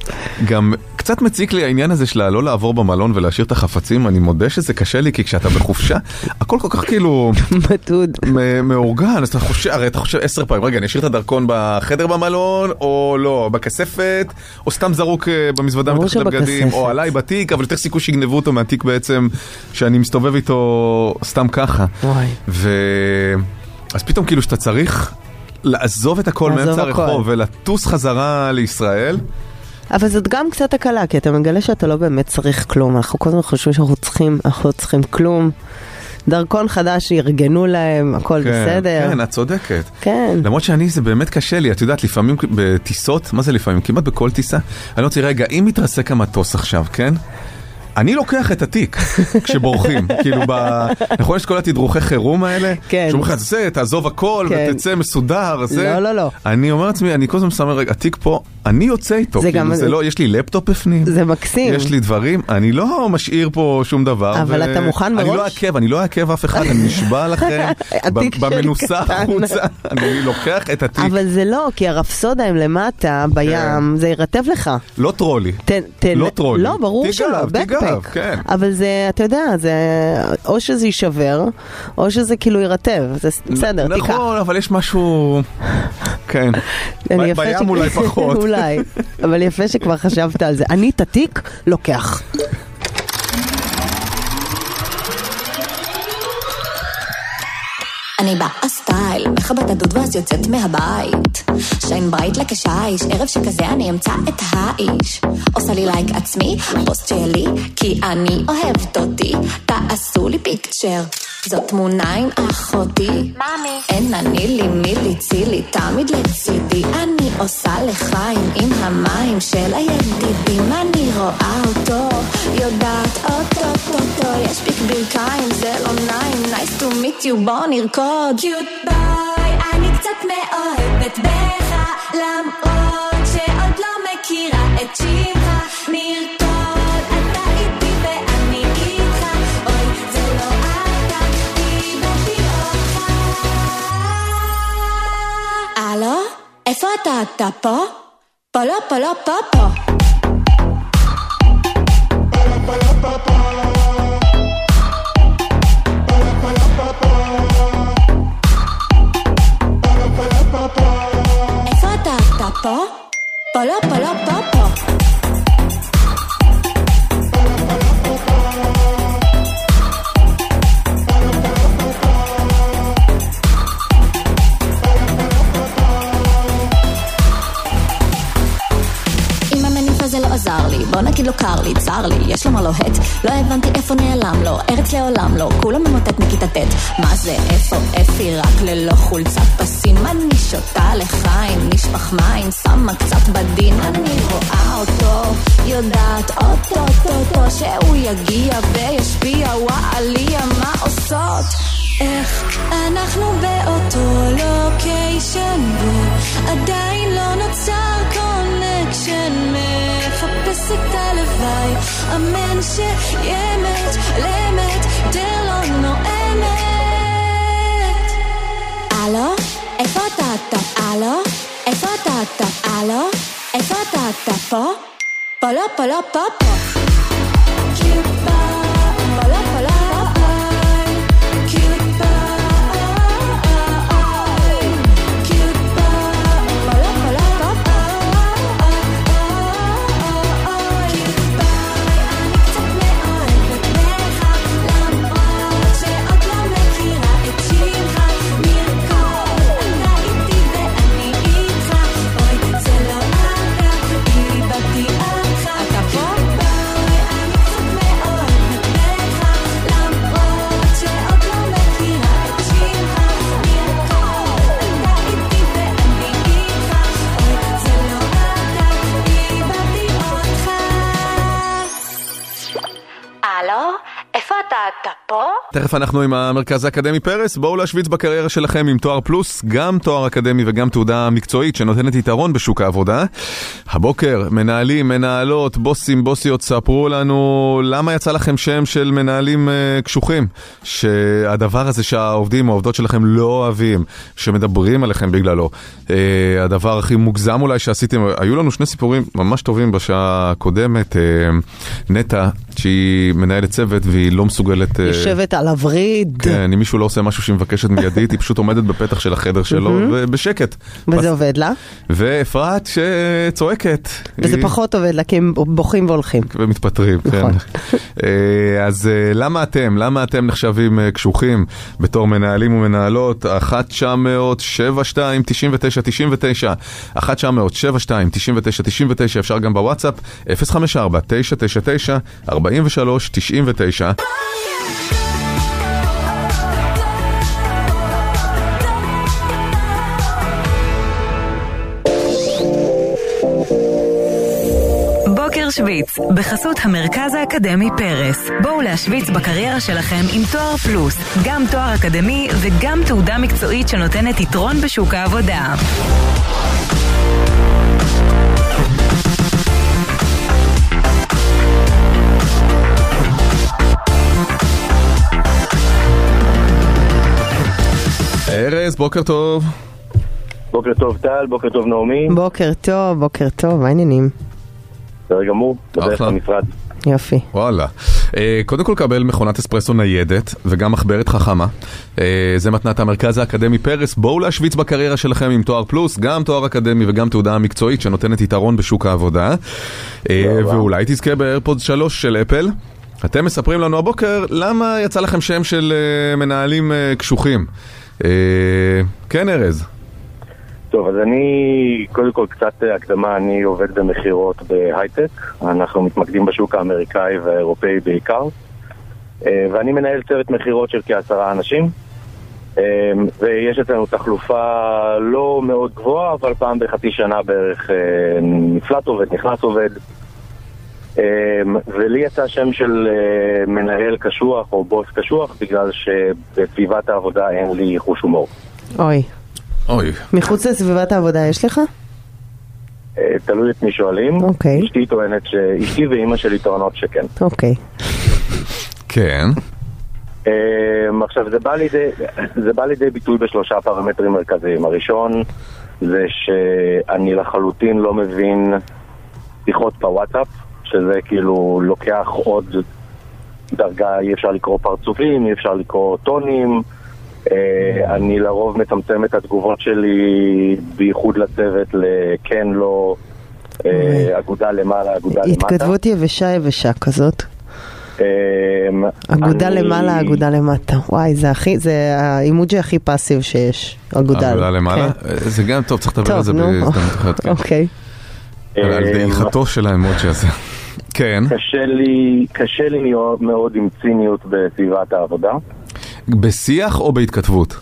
גם קצת מציק לי העניין הזה של לא לעבור במלון ולהשאיר את החפצים, אני מודה שזה קשה לי, כי כשאתה בחופשה, הכל כל כך כאילו... מתוד. מאורגן, אז אתה חושב, הרי אתה חושב עשר פעמים, רגע, אני אשאיר את הדרכון בחדר במלון, או לא, בכספת, או סתם זרוק אה, במזוודה ברור מתחת לבגדים, שבכספת. או עליי בתיק, אבל יותר סיכוי שיגנבו אותו מהתיק בעצם, שאני מסתובב איתו סתם ככה. וואי. ו... אז פתאום כאילו שאתה צריך לעזוב את הכל לעזוב מאמצע הכל. הרחוב ולטוס חזרה לישראל. אבל זאת גם קצת הקלה, כי אתה מגלה שאתה לא באמת צריך כלום. אנחנו כל הזמן חושבים שאנחנו צריכים, אנחנו לא צריכים כלום. דרכון חדש, ארגנו להם, הכל כן, בסדר. כן, את צודקת. כן. למרות שאני, זה באמת קשה לי, את יודעת, לפעמים בטיסות, מה זה לפעמים? כמעט בכל טיסה, אני לא רוצה, רגע, אם מתרסק המטוס עכשיו, כן? אני לוקח את התיק כשבורחים, כאילו, ב... נכון, יש כל התדרוכי חירום האלה? כן. שאומרים לך, זה, תעזוב הכל כן. ותצא מסודר, זה... לא, לא, לא. אני אומר לעצמי, אני כל הזמן שם, רגע, התיק פה, אני יוצא איתו, זה כאילו, גם- זה לא, יש לי לפטופ בפנים. זה מקסים. יש לי דברים, אני לא משאיר פה שום דבר. אבל אתה מוכן אני מראש? לא אעכב, אני לא אעכב אף אחד, אני נשבע לכם. התיק ב- שלי במנוסה קטן. החוצה, אני לוקח את התיק. אבל זה לא, כי הרפסודה הם למטה, בים, זה ירטב לך. לא טרולי. ת, ת, כן. לא טרולי. לא, ברור תיק שלא, גב, תיק גב, בקפק. כן. אבל זה, אתה יודע, זה, או שזה יישבר, או שזה כאילו יירטב. זה ס- בסדר, תיקח. נכון, אבל יש משהו... כן. אני ב- יפה בים שכ- אולי פחות. אולי, אבל יפה שכבר חשבת על זה. אני את התיק לוקח. אני באה סטייל, מכבת הדוד ואז יוצאת מהבית. שיין ברייט לקשיש, ערב שכזה אני אמצא את האיש. עושה לי לייק עצמי, פוסט שלי, כי אני אוהבת אותי. תעשו לי פיקצ'ר, זו תמונה עם אחותי. מאמי. אין אני לי מילי צילי, תמיד לצידי. אני עושה לחיים עם המים של הידידים. אני רואה אותו, יודעת אותו, אותו, יש פיק ברכיים, זה לא נעים, nice to meet you, בוא נרקוד. קיוט ביי, אני קצת מאוהבת בך, למרות שעוד לא מכירה את שמך. נרקוד, אתה איתי ואני איתך, אוי, זה לא אתה, איבדתי אותך. הלו? איפה אתה? אתה פה? פה לא, פה לא, פה פה. איפה אתה? אתה פה? פה לא, פה לא, פה פה. אם המניף הזה לא עזר לי, בוא נגיד לו קר לי, צר לי, יש לו מה לוהט. לא הבנתי איפה נעלם לו, ארץ לעולם לא, כולו ממוטט מכיתה ט'. מה זה, איפה אפי, רק ללא חולצת פסים. אני שותה לחיים, נשפך מים, שמה קצת בדין. אני רואה אותו, יודעת אוטוטוטו, שהוא יגיע וישפיע, וואליה, מה עושות? איך אנחנו באותו לוקיישן בו עדיין לא נוצר קונקשן מחפש את הלוואי אמן שיהיה מת למת דלון נואמת הלו? איפה אתה? אתה הלו? איפה אתה? אתה הלו? איפה אתה? אתה פה? פה לא, פה לא, פה פה. כאילו פה, פה לא, הלו? איפה אתה? אתה פה? תכף אנחנו עם המרכז האקדמי פרס, בואו להשוויץ בקריירה שלכם עם תואר פלוס, גם תואר אקדמי וגם תעודה מקצועית שנותנת יתרון בשוק העבודה. הבוקר, מנהלים, מנהלות, בוסים, בוסיות, ספרו לנו למה יצא לכם שם של מנהלים אה, קשוחים, שהדבר הזה שהעובדים או העובדות שלכם לא אוהבים, שמדברים עליכם בגללו. אה, הדבר הכי מוגזם אולי שעשיתם, היו לנו שני סיפורים ממש טובים בשעה הקודמת, אה, נטע, שהיא מנהלת צוות והיא לא מסוגלת... אה, יושבת על הווריד, כן, אם מישהו לא עושה משהו שהיא מבקשת מידית, היא פשוט עומדת בפתח של החדר שלו, מהמם. ובשקט. אה, וזה עובד לה, ואפרת שצועקת. וזה היא- פחות עובד לה, כי הם בוכים והולכים. ומתפטרים, כן. נכון. אה, אז אה, למה אתם, למה אתם נחשבים אה, קשוחים בתור מנהלים ומנהלות? 1 900 72 99 99 1 900 72 99 99 אפשר גם בוואטסאפ 054 999 43 99 בוקר שוויץ, בחסות המרכז האקדמי פרס. בואו להשוויץ בקריירה שלכם עם תואר פלוס, גם תואר אקדמי וגם תעודה מקצועית שנותנת יתרון בשוק העבודה. ארז, בוקר טוב. בוקר טוב טל, בוקר טוב נעמי, בוקר טוב, בוקר טוב, מה העניינים? בסדר גמור, בדרך למשרד. יופי. וואלה. אה, קודם כל קבל מכונת אספרסו ניידת וגם מחברת חכמה. אה, זה מתנת המרכז האקדמי פרס. בואו להשוויץ בקריירה שלכם עם תואר פלוס, גם תואר אקדמי וגם תעודה מקצועית שנותנת יתרון בשוק העבודה. אה, ואולי תזכה באיירפוד 3 של אפל. אתם מספרים לנו הבוקר למה יצא לכם שם של אה, מנהלים אה, קשוחים. אה, כן ארז. טוב, אז אני, קודם כל קצת אה, הקדמה, אני עובד במכירות בהייטק, אנחנו מתמקדים בשוק האמריקאי והאירופאי בעיקר, אה, ואני מנהל צוות מכירות של כעשרה אנשים, אה, ויש אצלנו תחלופה לא מאוד גבוהה, אבל פעם בחצי שנה בערך אה, נפלט עובד, נכנס עובד. אה, ולי יצא שם של אה, מנהל קשוח או בוס קשוח בגלל שבסביבת העבודה אין לי חוש הומור. אוי. אוי. מחוץ לסביבת העבודה יש לך? אה, תלוי את מי שואלים. אוקיי. אשתי טוענת ש... אשתי ואימא שלי טוענות שכן. אוקיי. כן. אה, עכשיו, זה בא, לידי, זה בא לידי ביטוי בשלושה פרמטרים מרכזיים. הראשון זה שאני לחלוטין לא מבין שיחות בוואטסאפ, שזה כאילו לוקח עוד דרגה, אי אפשר לקרוא פרצופים, אי אפשר לקרוא טונים. אה, אני לרוב מצמצם את התגובות שלי, בייחוד לצוות, לכן, לא, אה, אגודה למעלה, אגודה למטה. התכתבות יבשה יבשה כזאת. אמ, אגודה אני- למעלה, אגודה למטה. וואי, זה הכי, זה האימוג'י הכי פאסיב שיש. אגודה. עבודה למעלה. כן. אה, זה גם טוב, צריך לדבר טוב, על זה נו. בהזדמנות אחרת. כן. אוקיי. על על דעיכתו של האמוג'י הזה. כן. קשה לי, קשה לי מאוד- מאוד עם ציניות בסביבת העבודה, בשיח או בהתכתבות?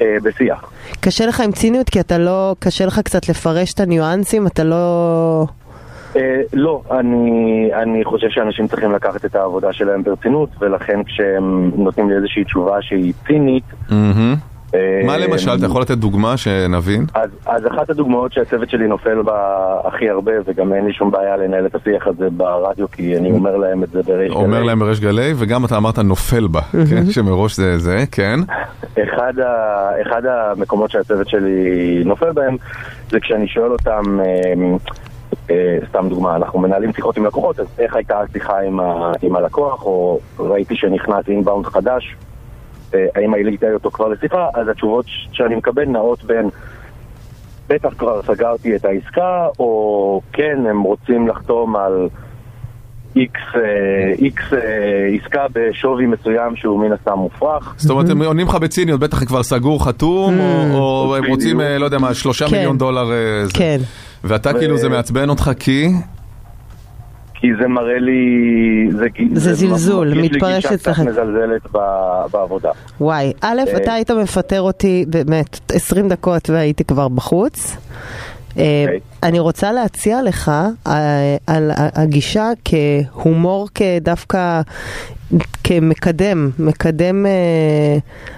אה, בשיח. קשה לך עם ציניות כי אתה לא, קשה לך קצת לפרש את הניואנסים, אתה לא... אה, לא, אני, אני חושב שאנשים צריכים לקחת את העבודה שלהם ברצינות, ולכן כשהם נותנים לי איזושהי תשובה שהיא צינית, מהמם. אה, מה למשל, אתה יכול לתת דוגמה שנבין? אז, אז אחת הדוגמאות שהצוות שלי נופל בה הכי הרבה, וגם אין לי שום בעיה לנהל את השיח הזה ברדיו, כי אני אומר להם את זה בריש אומר גלי. אה, להם בריש גלי, וגם אתה אמרת נופל בה, כן? שמראש זה זה, כן? אחד, ה, אחד המקומות שהצוות שלי נופל בהם זה כשאני שואל אותם, אה, אה, סתם דוגמה, אנחנו מנהלים שיחות עם לקוחות, אז איך הייתה השיחה עם, ה, עם הלקוח, או ראיתי שנכנס אינבאונד חדש, אה, האם העליתי אותו כבר לשיחה, אז התשובות ש- שאני מקבל נעות בין בטח כבר סגרתי את העסקה, או כן, הם רוצים לחתום על איקס אה, אה, עסקה בשווי מסוים שהוא מן הסתם מופרך. זאת אומרת, הם עונים לך בציניות, בטח כבר סגור, חתום, או- או הם בדיוק. רוצים, אה, לא יודע מה, שלושה כן. מיליון דולר אה, זה. כן. אה. ואתה ו- כאילו, זה מעצבן אותך כי? כי זה מראה לי... זה, זה זלזול, מרגיש לי מתפרש גישה אצלכם. קצת מזלזלת ב, בעבודה. וואי, א', אה. אתה היית מפטר אותי באמת 20 דקות והייתי כבר בחוץ. אה, אני רוצה להציע לך אה, על ה- הגישה כהומור כדווקא כמקדם, מקדם אה,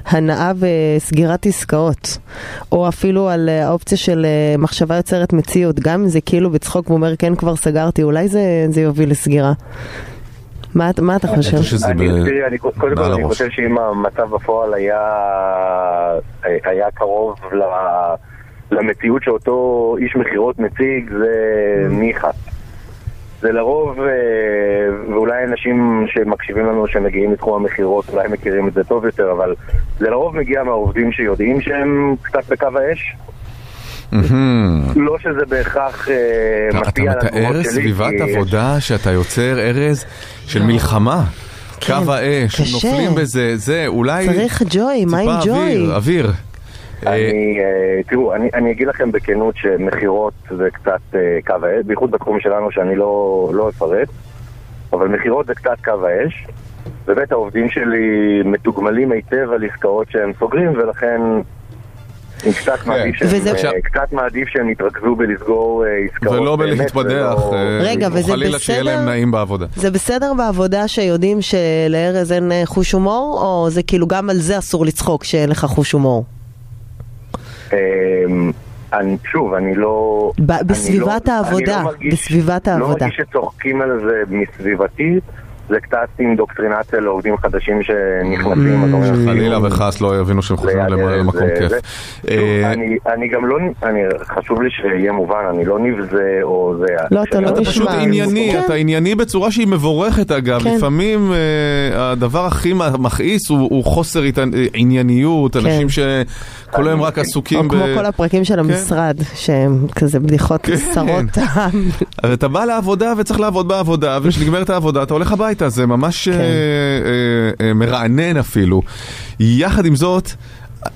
הנאה וסגירת עסקאות, או אפילו על אה, האופציה של אה, מחשבה יוצרת מציאות, גם אם זה כאילו בצחוק ואומר כן כבר סגרתי, אולי זה, זה יוביל לסגירה. מה, את- מה אתה חושב? אני תראי, אני- קודם כל אני חושב שאם המצב בפועל היה היה קרוב ל- למציאות שאותו איש מכירות מציג, זה Mm. ניחא. זה לרוב, אה, ואולי אנשים שמקשיבים לנו שמגיעים לתחום המכירות אולי מכירים את זה טוב יותר, אבל זה לרוב מגיע מהעובדים שיודעים שהם קצת בקו האש. לא שזה בהכרח אה, אתה- אתה מפיע על התגובות מתאר שלי. אה. סביבת כי- עבודה שאתה יוצר, ארז, של מלחמה. קו כן. האש, קשה. נופלים בזה, זה, אולי... צריך ג'וי, מה עם טיפה ג'וי? אוויר, אוויר. אני, אה, תראו, אני, אני אגיד לכם בכנות שמכירות זה קצת אה, קו האש, בייחוד בתחום שלנו שאני לא, לא אפרט, אבל מכירות זה קצת קו האש. באמת העובדים שלי מתוגמלים היטב על עסקאות שהם סוגרים, ולכן כן. אני קצת מעדיף שהם, וזה- אה, קצת מעדיף שהם יתרכזו בלסגור אה, עסקאות. ולא באמת, לא לא- בלהתפתח, ולא- אה, רגע, או וזה חלילה שיהיה בסדר? להם נעים בעבודה. זה בסדר בעבודה שיודעים שלארז אין אה, חוש הומור, או זה כאילו גם על זה אסור לצחוק שאין לך חוש הומור? אמ, אני, שוב, אני לא... ב- אני בסביבת לא- העבודה, אני לא מרגיש, בסביבת לא העבודה. מרגיש שצוחקים על זה מסביבתי, זה קצת אינדוקטרינציה לעובדים חדשים שנכנסים. אז אומרים, Mm. חלילה וחס לא יבינו שהם חוזרים למ- "אה, למקום זה- כיף. אה, זה". שוב, אני- אני גם לא, אני, חשוב לי שיהיה מובן, אני לא נבזה או זה... לא, לא, אתה פשוט ענייני, כן. אתה ענייני בצורה שהיא מבורכת אגב, כן. לפעמים אה, הדבר הכי מ- מכעיס הוא הוא חוסר עניין- ענייניות, אנשים שכל היום רק עסוקים כן. או ב... כמו כל הפרקים כן. של המשרד, שהם כזה בדיחות סרות אה, טעם. אבל אתה בא לעבודה וצריך לעבוד בעבודה, וכשנגמרת העבודה אתה הולך הביתה, זה ממש כן. אה, אה, אה, מרענן אפילו. יחד עם זאת...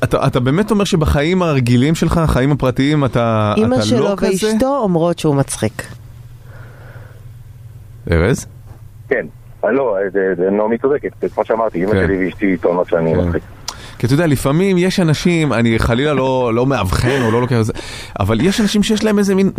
אתה, אתה באמת אומר שבחיים הרגילים שלך, החיים הפרטיים, אתה, אתה אימא לא שלו כזה? ואשתו אומרות שהוא מצחיק. ארז? כן. אה, לא, זה- זה- נעמי צודקת, כמו שאמרתי, כן. אמא שלי ואשתי טוענות שאני מצחיק. כי אתה יודע, לפעמים יש אנשים, אני חלילה לא, לא מאבחן או לא לוקח את זה, אבל יש אנשים שיש להם איזה מין,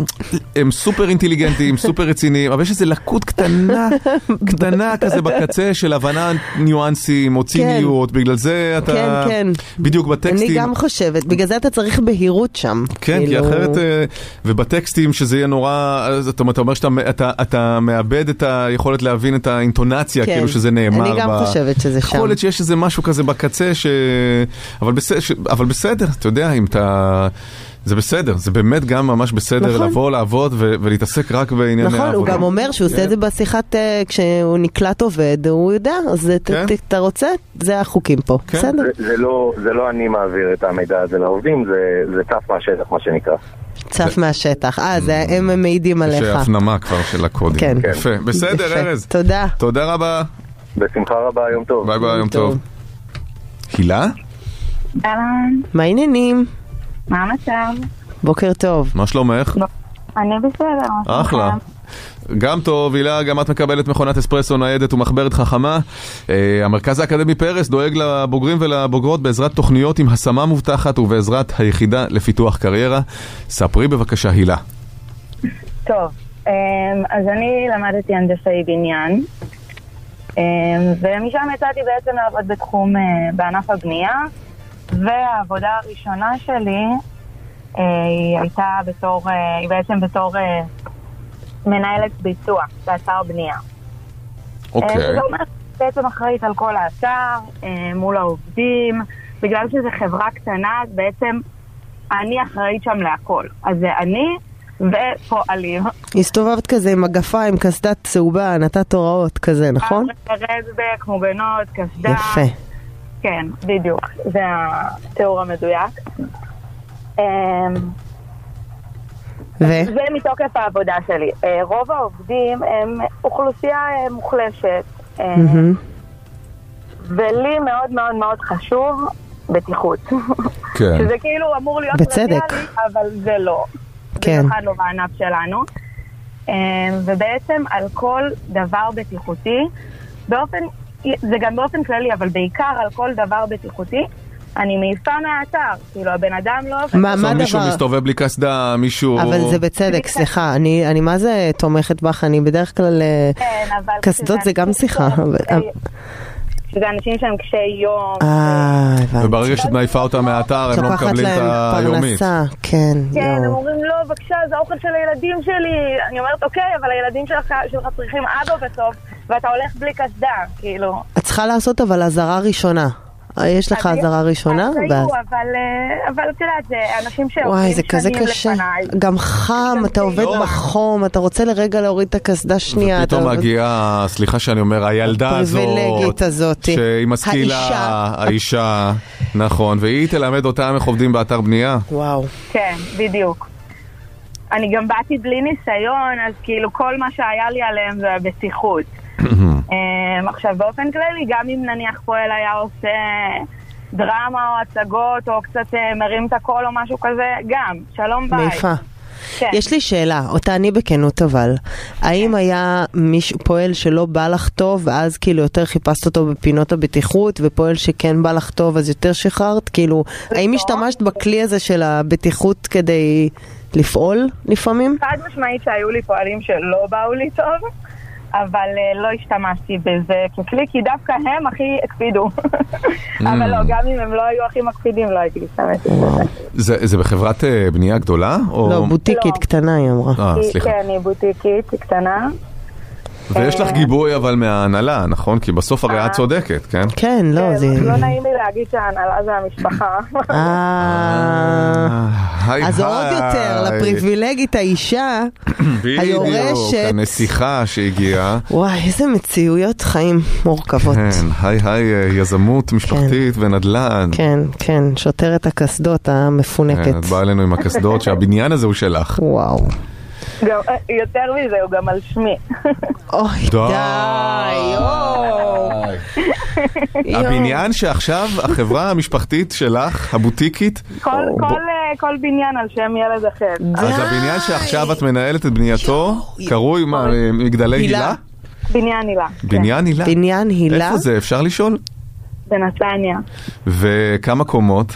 הם סופר אינטליגנטים, סופר רציניים, אבל יש איזה לקות קטנה, כן, קטנה כזה בקצה של הבנה ניואנסים או ציניות, בגלל זה אתה... כן, כן. בדיוק בטקסטים. אני גם חושבת, בגלל זה אתה צריך בהירות שם. כן, כי כאילו- אחרת, אה, ובטקסטים שזה יהיה נורא, אז אתה אתה אומר שאתה אתה- אתה מאבד את היכולת להבין את האינטונציה, כן. כאילו שזה נאמר. אני גם ב- חושבת שזה שם. יכול להיות שיש איזה משהו כזה בקצה, ש... אבל, בס... ש... אבל בסדר, אתה יודע, אם אתה... זה בסדר, זה באמת גם ממש בסדר נכון. לבוא, לעבוד ו... ולהתעסק רק בענייני העבודה. נכון, הוא גם אומר שהוא כן. עושה את זה בשיחת, אה, כשהוא נקלט עובד, הוא יודע, אז אה, ת- כן. ת- אתה רוצה, זה החוקים פה, בסדר? זה- זה לא- זה לא אני מעביר את המידע הזה לעובדים, זה- זה צף מהשטח, מה שנקרא. צף מהשטח. אה, זה הם מעידים יש עליך. הפנמה כן. כבר של הקודים. כן. Mm. יפה, בסדר, יפה. ארז. תודה. תודה רבה. בשמחה רבה, יום טוב. ביי ביי, יום טוב. טוב. הילה? אהלן, מה העניינים? מה המצב? בוקר טוב. מה שלומך? אני בסדר. מה אחלה. שלומך? גם טוב, הילה, גם את מקבלת מכונת אספרסו ניידת ומחברת חכמה. אה, המרכז האקדמי פרס דואג לבוגרים ולבוגרות בעזרת תוכניות עם השמה מובטחת ובעזרת היחידה לפיתוח קריירה. ספרי בבקשה, הילה. טוב, אמ, אז אני למדתי הנדסאי בניין, אמ, ומשם יצאתי בעצם לעבוד בתחום, אה, בענף הבנייה, והעבודה הראשונה שלי אה, היא הייתה בתור, אה, היא בעצם בתור אה, מנהלת ביצוע באתר בנייה. אוקיי. אה, זאת אומרת, בעצם אחראית על כל האתר, אה, מול העובדים, בגלל שזו חברה קטנה, אז בעצם אני אחראית שם להכל. אז זה אני ופועלים. הסתובבת כזה עם מגפיים, קסדת צהובה, נתת הוראות כזה, נכון? אה, רדבק, מוגנות, קסדה. יפה. כן, בדיוק. זה התיאור המדויק. אה, ו? זה מתוקף העבודה שלי. אה, רוב העובדים הם אוכלוסייה אה, מוחלשת, אה, מהמם. ולי מאוד מאוד מאוד חשוב בטיחות. כן. שזה כאילו אמור להיות בצדק. טריוויאלי, אבל זה לא. כן. במיוחד לא בענף שלנו. אה, ובעצם על כל דבר בטיחותי, באופן, זה גם באופן כללי, אבל בעיקר על כל דבר בטיחותי, אני מעיפה מהאתר, כאילו הבן אדם לא עובד. מה- מה בסוף מישהו הדבר- מסתובב בלי קסדה, מישהו... אבל זה בצדק, סליחה, אני, אני מה זה תומכת בך, אני בדרך כלל, אה, אבל קסדות זה גם שיחה. אבל- שזה אנשים שהם קשי יום. אה, הבנתי. וברגע שאת מעיפה אותם מהאתר, הם לא לוקחת מקבלים את להם היומית. פרנסה, כן, כן, הם יואו. אומרים, לא, בבקשה, זה האוכל של הילדים שלי. אני אומרת, אוקיי, אבל הילדים שלך שלך צריכים אבא בסוף, ואתה הולך בלי קסדה, כאילו. את צריכה לעשות אבל אזהרה ראשונה. אה, יש לך אז היו- אזהרה ראשונה, אז היו, ואז... אבל, אה, אבל את יודעת, זה אנשים וואי, שעובדים זה כזה שנים קשה. לפניי. גם חם, אתה עובד בחום, אתה רוצה לרגע להוריד את הקסדה שנייה. פתאום אתה- מגיעה, סליחה שאני אומר, הילדה הזאת, הפריבילגית הזאת. שהיא משכילה, האישה. האישה, נכון, והיא תלמד אותם איך עובדים באתר בנייה. Mm. וואו. כן, בדיוק. אני גם באתי בלי ניסיון, אז כאילו כל מה שהיה לי עליהם זה הבטיחות. אמ, עכשיו, באופן כללי, גם אם נניח פועל היה עושה דרמה או הצגות, או קצת אה, מרים את הקול או משהו כזה, גם, שלום ביי. מעיפה. כן. יש לי שאלה, אותה אני בכנות אבל. האם היה מישהו, פועל שלא בא לך טוב, ואז כאילו יותר חיפשת אותו בפינות הבטיחות, ופועל שכן בא לך טוב, אז יותר שחררת? כאילו, לא. האם השתמשת בכלי הזה של הבטיחות כדי לפעול לפעמים? חד משמעית שהיו לי פועלים שלא באו לי טוב, אבל אה, לא השתמשתי בזה ככלי, כי דווקא הם הכי הקפידו. Mm. אבל לא, גם אם הם לא היו הכי מקפידים, לא הייתי משתמשת בזה. זה זה בחברת אה, בנייה גדולה? או- לא, בוטיקית קטנה היא אמרה. אה, היא- סליחה. Mm. כן, היא בוטיקית, היא קטנה. ויש לך גיבוי אבל מההנהלה, נכון? כי בסוף הרי את צודקת, כן? כן, לא, זה... לא נעים לי להגיד שההנהלה זה המשפחה. אה. אה, היי, אז עוד היי. יותר, לפריבילגית האישה, בדיוק, היורשת. הנסיכה שהגיעה. וואי, איזה מציאויות חיים מורכבות. כן, היי היי, אה, יזמות משפחתית ונדל"ן. כן, כן, שוטרת הקסדות המפונקת. כן, את באה אלינו עם הקסדות שהבניין הזה הוא שלך. וואו. גם- אה, יותר מזה, הוא גם על שמי. אוי, די. יואו. הבניין שעכשיו החברה המשפחתית שלך, הבוטיקית, כל- כל, אה, כל בניין על שם ילד אחר. אז הבניין שעכשיו את מנהלת את בנייתו, קרוי מה, אה, מגדלי הילה. כן. הילה? בניין הילה. בניין הילה? בניין הילה? איפה זה, אפשר לשאול? בנתניה. וכמה קומות?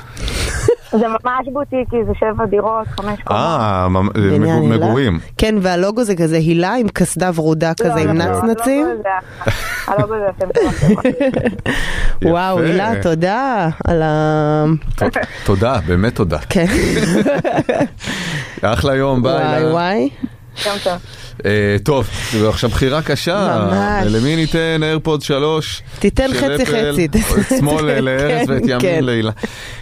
זה ממש בוטיקי, זה שבע דירות, חמש אה, ממ- בניין מגו- הילה? מגורים. כן, והלוגו זה כזה הילה עם קסדה ורודה כזה עם נצנצים. הלוגו זה אתם וואו, הילה, תודה על ה... תודה, באמת תודה. כן. אחלה יום, ביי. וואי הילה. וואי. אה, טוב, זו עכשיו בחירה קשה. ממש. למי ניתן איירפוד 3? תיתן חצי חצי. שמאל לארז כן, ואת כן. ימין להילה.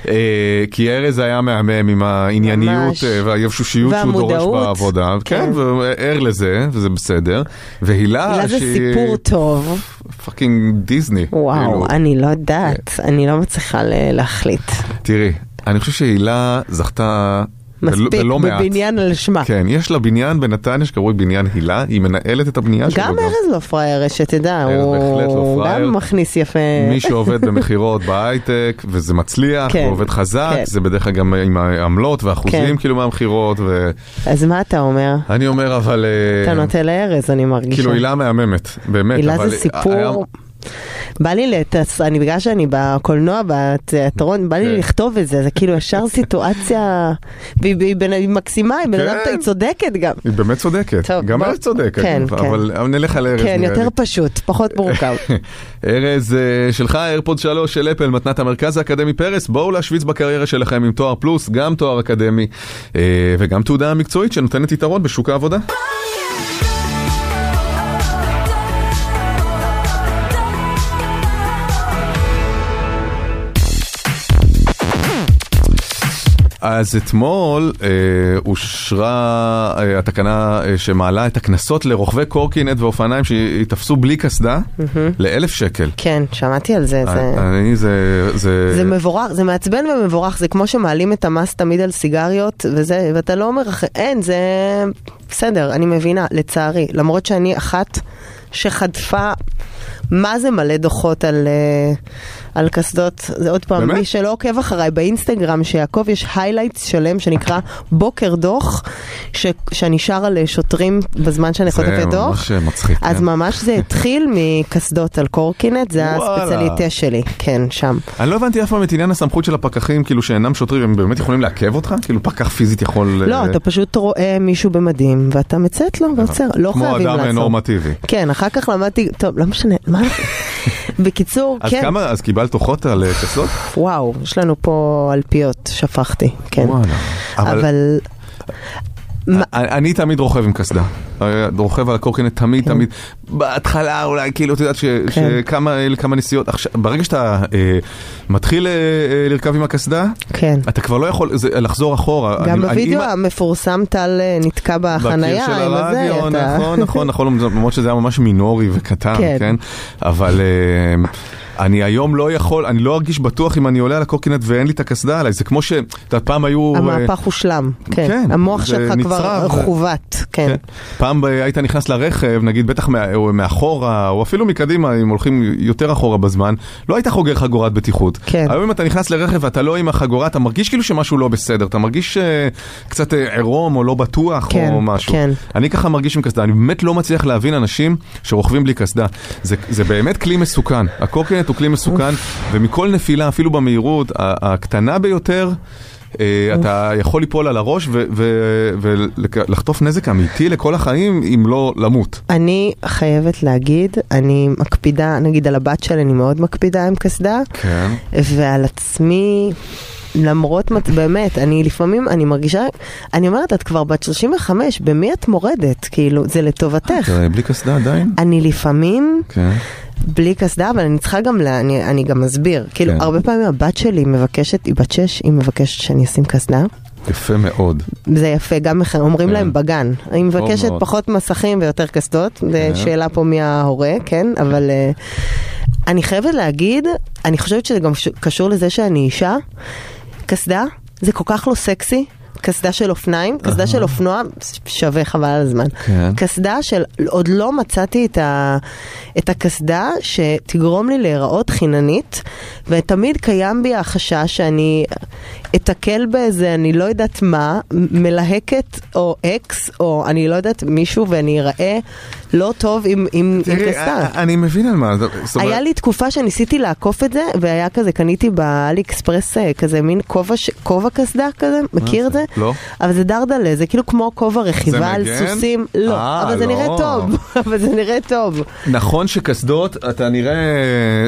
אה, כי ארז היה מהמם עם הענייניות ממש. אה, והיבשושיות שהוא דורש והמודעות. בעבודה. כן, והוא ער לזה, וזה בסדר. והילה, הילה זה שהיא סיפור טוב. פאקינג דיסני. כאילו. וואו, אני לא יודעת, אני לא מצליחה ל- להחליט. תראי, אני חושב שהילה זכתה... בלא- מספיק, בלא מעט. בבניין על שמה. כן, יש לה בניין בנתניה שקרוי בניין הילה, היא מנהלת את הבנייה שלו. גם ארז לא פראייר, שתדע, ארז בהחלט לא הוא פראייר. גם מכניס יפה. מי שעובד במכירות בהייטק, וזה מצליח, כן, ועובד חזק, כן. זה בדרך כלל גם עם העמלות כן. והאחוזים כאילו מהמכירות, ואני אז מה אתה אומר? אומר אבל, אה, אתה נוטה לארז, אני מרגישה. כאילו הילה מהממת, באמת, הילה אבל זה היה- סיפור... בא לי, לתס... אני בגלל שאני בקולנוע, בתיאטרון, בא כן. לי לכתוב את זה, זה כאילו ישר סיטואציה, והיא- והיא בן- היא מקסימה, היא בן אדם, כן. היא צודקת גם. היא באמת צודקת, טוב, גם בוא- ארז צודק, כן, אבל- כן. אבל אה, נלך על ארז כן, נראה יותר לי. פשוט, פחות מורכב. ארז אה, שלך, איירפוד 3 של אפל, מתנת המרכז האקדמי פרס, בואו להשוויץ בקריירה שלכם עם תואר פלוס, גם תואר אקדמי אה, וגם תעודה מקצועית שנותנת יתרון בשוק העבודה. אז אתמול אה, אושרה אה, התקנה אה, שמעלה את הקנסות לרוכבי קורקינט ואופניים שייתפסו בלי קסדה לאלף שקל. כן, שמעתי על זה, זה... אני זה... זה... זה מבורך, זה מעצבן ומבורך, זה כמו שמעלים את המס תמיד על סיגריות, וזה, ואתה לא אומר, "אח- אין, זה בסדר, אני מבינה, לצערי, למרות שאני אחת שחטפה מה זה מלא דוחות על, אה, על קסדות? זה עוד פעם, באמת? מי שלא עוקב אחריי באינסטגרם, שיעקב, יש היילייטס שלם שנקרא בוקר דוח, ש, שאני שרה לשוטרים בזמן שאני חוטפת זה ממש דוח. מצחיק. אז כן. ממש זה התחיל מקסדות על קורקינט, זה וואלה. הספציאליטה שלי, כן, שם. אני לא הבנתי אף פעם את עניין הסמכות של הפקחים, כאילו שאינם שוטרים, הם באמת יכולים לעכב אותך? כאילו פקח פיזית יכול... לא, אה, אתה פשוט רואה מישהו במדים, ואתה מציית לו ועוצר, לא נכון. כמו חייבים אדם אה, לעשות. נורמטיבי. כן, אחר כך למדתי, טוב, לא משנה, מה? בקיצור, אז כן. כמה, אז קיבלת דוחות על אה, קסדות? וואו, יש לנו פה אלפיות, שפכתי, כן. וואלה. אבל- אבל... אני- אה, אני תמיד רוכב עם קסדה. הרי רוכב על הקורקינט כן. תמיד תמיד. בהתחלה אולי כאילו, את יודעת ש- שכמה אה, כמה נסיעות, עכשיו, ברגע שאתה אה, מתחיל אה, אה, לרכב עם הקסדה, כן. אתה כבר לא יכול זה- לחזור אחורה. גם אני- אני- בווידאו אם- המפורסם טל אה, נתקע בחנייה, בקיר של עם הזה, הרדיו, אתה- נכון, נכון, נכון, למרות שזה היה ממש מינורי וקטן, כן. כן? אבל אה, אני היום לא יכול, אני לא ארגיש בטוח אם אני עולה על הקורקינט ואין לי את הקסדה עליי, זה כמו ש... אתה יודע, פעם היו... אה, המהפך הושלם, כן. כן, המוח זה שלך כבר נצרב. חוות, כן. פעם אה, היית נכנס לרכב, נגיד בטח מה- או מאחורה, או אפילו מקדימה, אם הולכים יותר אחורה בזמן, לא היית חוגר חגורת בטיחות. כן. היום אם אתה נכנס לרכב ואתה לא עם החגורה, אתה מרגיש כאילו שמשהו לא בסדר, אתה מרגיש אה, קצת אה, עירום או לא בטוח כן, או משהו. כן. אני ככה מרגיש עם קסדה, אני באמת לא מצליח להבין אנשים שרוכבים בלי קסדה. זה, זה באמת כלי מסוכן, הקורקינט הוא כלי מסוכן, ומכל נפילה, אפילו במהירות ה- הקטנה ביותר, אה, אתה יכול ליפול על הראש ו- ו- ולחטוף נזק אמיתי לכל החיים, אם לא למות. אני חייבת להגיד, אני מקפידה, נגיד על הבת שלי אני מאוד מקפידה עם קסדה, כן. ועל עצמי, למרות, מצ- באמת, אני לפעמים, אני מרגישה, אני אומרת, את כבר בת 35, במי את מורדת? כאילו, זה לטובתך. אתה בלי קסדה עדיין? אני לפעמים... כן. בלי קסדה, אבל אני צריכה גם, לה, אני, אני גם אסביר. כאילו, כן. הרבה פעמים הבת שלי מבקשת, היא בת שש, היא מבקשת שאני אשים קסדה. יפה מאוד. זה יפה, גם איך- אומרים כן. להם בגן. היא מבקשת מאוד. פחות מסכים ויותר קסדות, זו כן. שאלה פה מי ההורה, כן? אבל אה, אני חייבת להגיד, אני חושבת שזה גם ש- קשור לזה שאני אישה. קסדה זה כל כך לא סקסי. קסדה של אופניים, קסדה של אופנוע, שווה חבל על הזמן. כן. קסדה של, עוד לא מצאתי את, ה, את הקסדה שתגרום לי להיראות חיננית, ותמיד קיים בי החשש שאני אתקל באיזה, אני לא יודעת מה, מ- מלהקת או אקס, או אני לא יודעת מישהו, ואני אראה לא טוב עם, עם, עם תראי, קסדה. אה, אני מבין על מה, זאת אומרת... היה לי תקופה שניסיתי לעקוף את זה, והיה כזה, קניתי באלי אקספרס אה, כזה מין כובע, ש- כובע קסדה כזה, מכיר את זה? לא. אבל זה דרדלה, זה כאילו כמו כובע זה רכיבה על מגן? סוסים. לא, אה, אבל זה לא. נראה טוב, אבל זה נראה טוב. נכון שקסדות, אתה נראה,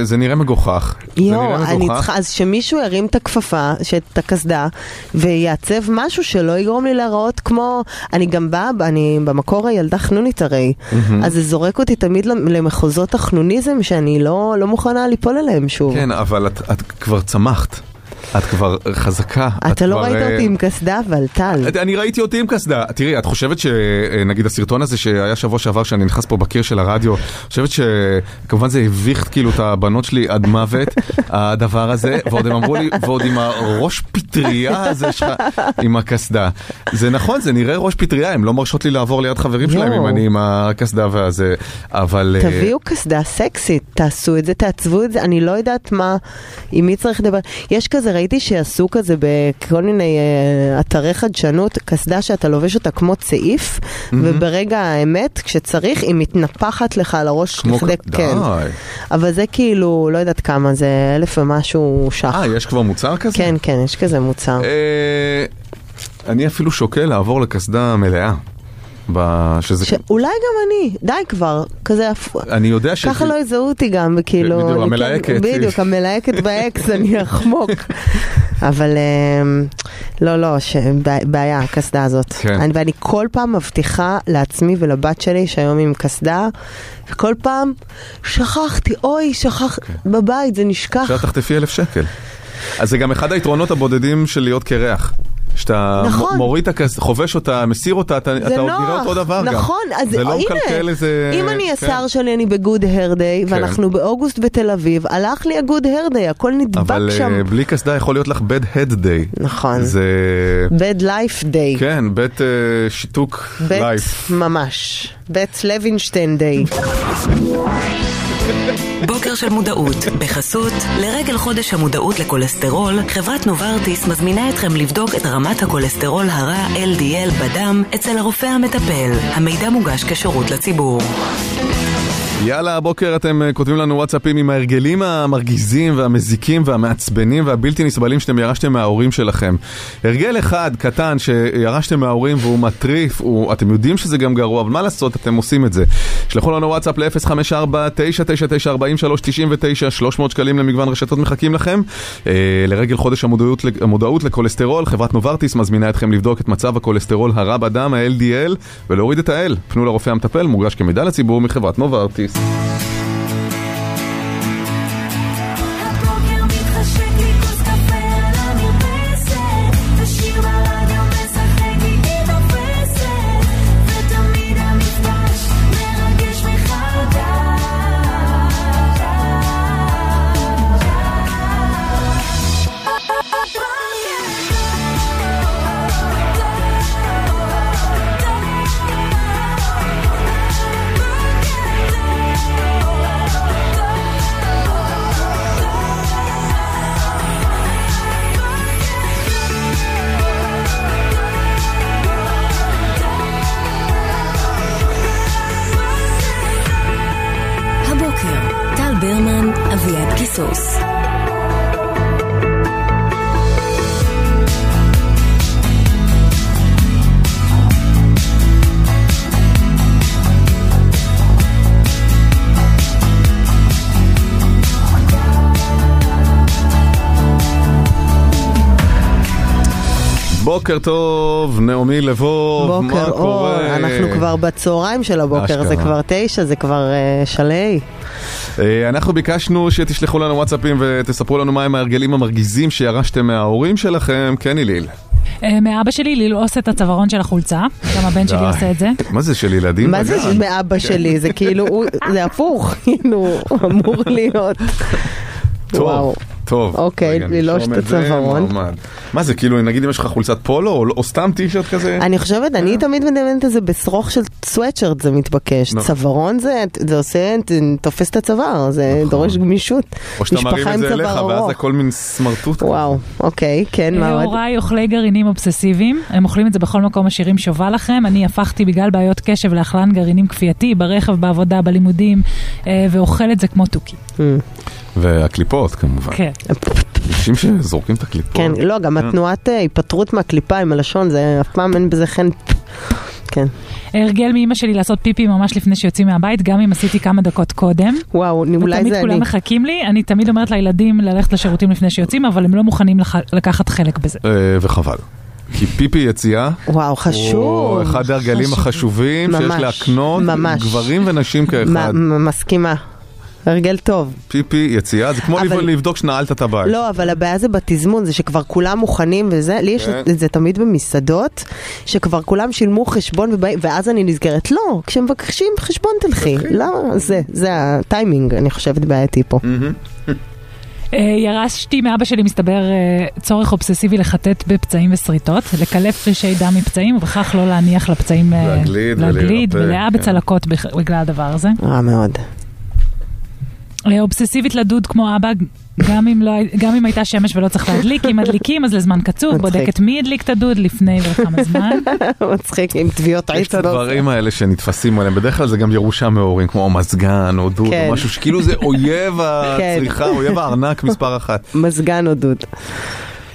זה נראה מגוחך. זה יואו, נראה אני מגוחך. צריכה, אז שמישהו ירים את הכפפה, את הקסדה, ויעצב משהו שלא יגרום לי להיראות כמו, אני גם באה, אני במקור הילדה חנונית הרי, מהמם. אז זה זורק אותי תמיד למחוזות החנוניזם שאני לא לא מוכנה ליפול אליהם שוב. כן, אבל את, את כבר צמחת. את כבר חזקה. את אתה לא כבר, ראית אה, אותי עם קסדה, אבל טל. את- אני ראיתי אותי עם קסדה. תראי, את חושבת שנגיד הסרטון הזה שהיה שבוע שעבר שאני נכנס פה בקיר של הרדיו, את חושבת שכמובן זה הביך כאילו את הבנות שלי עד מוות, הדבר הזה, ועוד הם אמרו לי, ועוד עם הראש פטריה הזה שלך, עם הקסדה. זה נכון, זה נראה ראש פטריה, הן לא מרשות לי לעבור ליד חברים שלהם יואו. אם אני עם הקסדה והזה, אבל... אה, תביאו קסדה סקסית, תעשו את זה, תעצבו את זה, אני לא יודעת מה, עם מי צריך לדבר. יש כזה, ראיתי שעשו כזה בכל מיני אה, אתרי חדשנות, קסדה שאתה לובש אותה כמו צעיף, וברגע האמת, כשצריך, היא מתנפחת לך על הראש כמו לכדי ק- כן. די. אבל זה כאילו, לא יודעת כמה, זה אלף ומשהו שח. אה, יש כבר מוצר כזה? כן, כן, יש כזה מוצר. אה, אני אפילו שוקל לעבור לקסדה מלאה. ב- שזה... אולי גם אני, די כבר, כזה אפ- אני יודע ש... ככה לא יזהו אותי גם, וכאילו... בדיוק, אני כן- המלהקת. בדיוק, המלהקת באקס, אני אחמוק. אבל אמ, לא, לא, ש- בע- בעיה, הקסדה הזאת. כן. אני- ואני כל פעם מבטיחה לעצמי ולבת שלי שהיום היא עם קסדה, וכל פעם שכחתי, אוי, שכח, כן. בבית, זה נשכח. עכשיו תחטפי אלף שקל. אז זה גם אחד היתרונות הבודדים של להיות קרח. שאתה נכון. מ- מוריד את הכס, חובש אותה, מסיר אותה, אתה, זה אתה עוד נוח, נראה אותו דבר גם. נכון, אז זה לא הנה, מקלקל איזה... אם אני כן. השיער שלי, אני בגוד הר דיי, כן. ואנחנו באוגוסט בתל אביב, הלך לי הגוד הר דיי, הכל אבל נדבק אה, שם. בלי קסדה יכול להיות לך bad head day. נכון. זה... bad life day. כן, bad אה, שיתוק בית life. ממש, בית לוינשטיין דיי. בוקר של מודעות, בחסות, לרגל חודש המודעות לכולסטרול, חברת נוברטיס מזמינה אתכם לבדוק את רמת הכולסטרול הרע LDL בדם אצל הרופא המטפל. המידע מוגש כשירות לציבור. יאללה, הבוקר אתם אה, כותבים לנו וואטסאפים עם ההרגלים המרגיזים והמזיקים והמעצבנים והבלתי נסבלים שאתם ירשתם מההורים שלכם. הרגל אחד קטן שירשתם מההורים והוא מטריף, הוא, אתם יודעים שזה גם גרוע, אבל מה לעשות, אתם עושים את זה. שלחו לנו וואטסאפ ל-054-999-4399, 300 שקלים למגוון רשתות מחכים לכם. אה, לרגל חודש המודעות, המודעות לכולסטרול, חברת נוברטיס מזמינה אתכם לבדוק את מצב הכולסטרול הרע בדם, ה-LDL, ולהוריד את ה-L. פנו לרופא המטפל, מוגש כמידע לציבור מחברת נוברטיס. הבוקר מתחשק לי כוס קפה על המרפסת, ושיר ברדיו משחק איתי תופסת, ותמיד המפגש מרגש מחדש. הבוקר, טל ברמן, אביעד קיסוס. בוקר טוב, נעמי לבוב, מה בוקר אור, קורה? אנחנו כבר בצהריים של הבוקר, זה אשכרה. כבר תשע, זה כבר אה, שלהי. אה, אנחנו ביקשנו שתשלחו לנו וואטסאפים ותספרו לנו מהם ההרגלים המרגיזים שירשתם מההורים שלכם, כן איליל. אה, מאבא שלי ללעוס את הצווארון של החולצה, גם הבן שלי די. עושה את זה. מה זה של ילדים? כן. מה זה בגן? מאבא כן. שלי? זה כאילו, הוא- זה הפוך, כאילו, הוא אמור להיות. טוב, טוב. אוקיי, רגע, ללעוש נרשום את זה, הצווארון. מועמד. מה זה, כאילו, נגיד אם יש לך חולצת פולו או- או סתם טישרט כזה? אני חושבת, אני תמיד מדמיינת את זה בשרוך של סוואצ'רט זה מתבקש. נכון. צווארון זה, זה עושה, זה תופס את הצוואר, זה דורש גמישות. נכון. או שאתה מרים משפחה את עם זה אליך, צוואר ואז ארוך. הכל מין סמרטוט. וואו, אוקיי, כן, מה עוד? אה, הוריי אוכלי גרעינים אובססיביים, הם אוכלים את זה בכל מקום השירים שובה לכם. אני הפכתי בגלל בעיות קשב לאכלן גרעינים כפייתי, ברכב, בעבודה, בלימודים, אה, ואוכל את זה כמו תוכי. והקליפות כמובן. כן. אנשים שזורקים את הקליפות. כן, לא, גם התנועת אה, היפטרות מהקליפה עם הלשון, זה אף פעם אין בזה חן. כן. הרגל מאימא שלי לעשות פיפי ממש לפני שיוצאים מהבית, גם אם עשיתי כמה דקות קודם. וואו, אולי זה ותמיד כולם אני. מחכים לי, אני תמיד אומרת לילדים ללכת לשירותים לפני שיוצאים, אבל הם לא מוכנים לח- לקחת חלק בזה. אה, וחבל. כי פיפי יציאה, כן. וואו, חשוב. הוא אחד ההרגלים חשוב. החשובים שיש ממש, להקנות, ממש. גברים ונשים כאחד. מ- מ- מסכימה. הרגל טוב. פיפי יציאה, זה כמו אבל- לבדוק שנעלת את הבית. לא, אבל הבעיה זה בתזמון, זה שכבר כולם מוכנים וזה, לי יש כן. את זה תמיד במסעדות, שכבר כולם שילמו חשבון, ובא- ואז אני נזכרת, לא, כשמבקשים חשבון תלכי. למה? זה, זה הטיימינג, אני חושבת, בעייתי פה. אה, ירשתי מאבא שלי, מסתבר, אה, צורך אובססיבי לחטט בפצעים ושריטות, לקלף פרישי דם מפצעים, ובכך לא להניח לפצעים אה, להגליד להגליד ולהירפא, מלאה כן. בצלקות בכ- בגלל הדבר הזה. רע מאוד. אה, אובססיבית לדוד כמו אבא. גם אם, לא, גם אם הייתה שמש ולא צריך להדליק, אם מדליקים אז לזמן קצוב, מצחיק. בודקת מי הדליק את הדוד לפני ולכמה זמן. מצחיק, עם תביעות יש עץ. את הדברים האלה שנתפסים עליהם, בדרך כלל זה גם ירושה מהורים, כמו מזגן או דוד, כן. או משהו שכאילו זה אויב הצריכה, אויב הארנק מספר אחת. מזגן או דוד.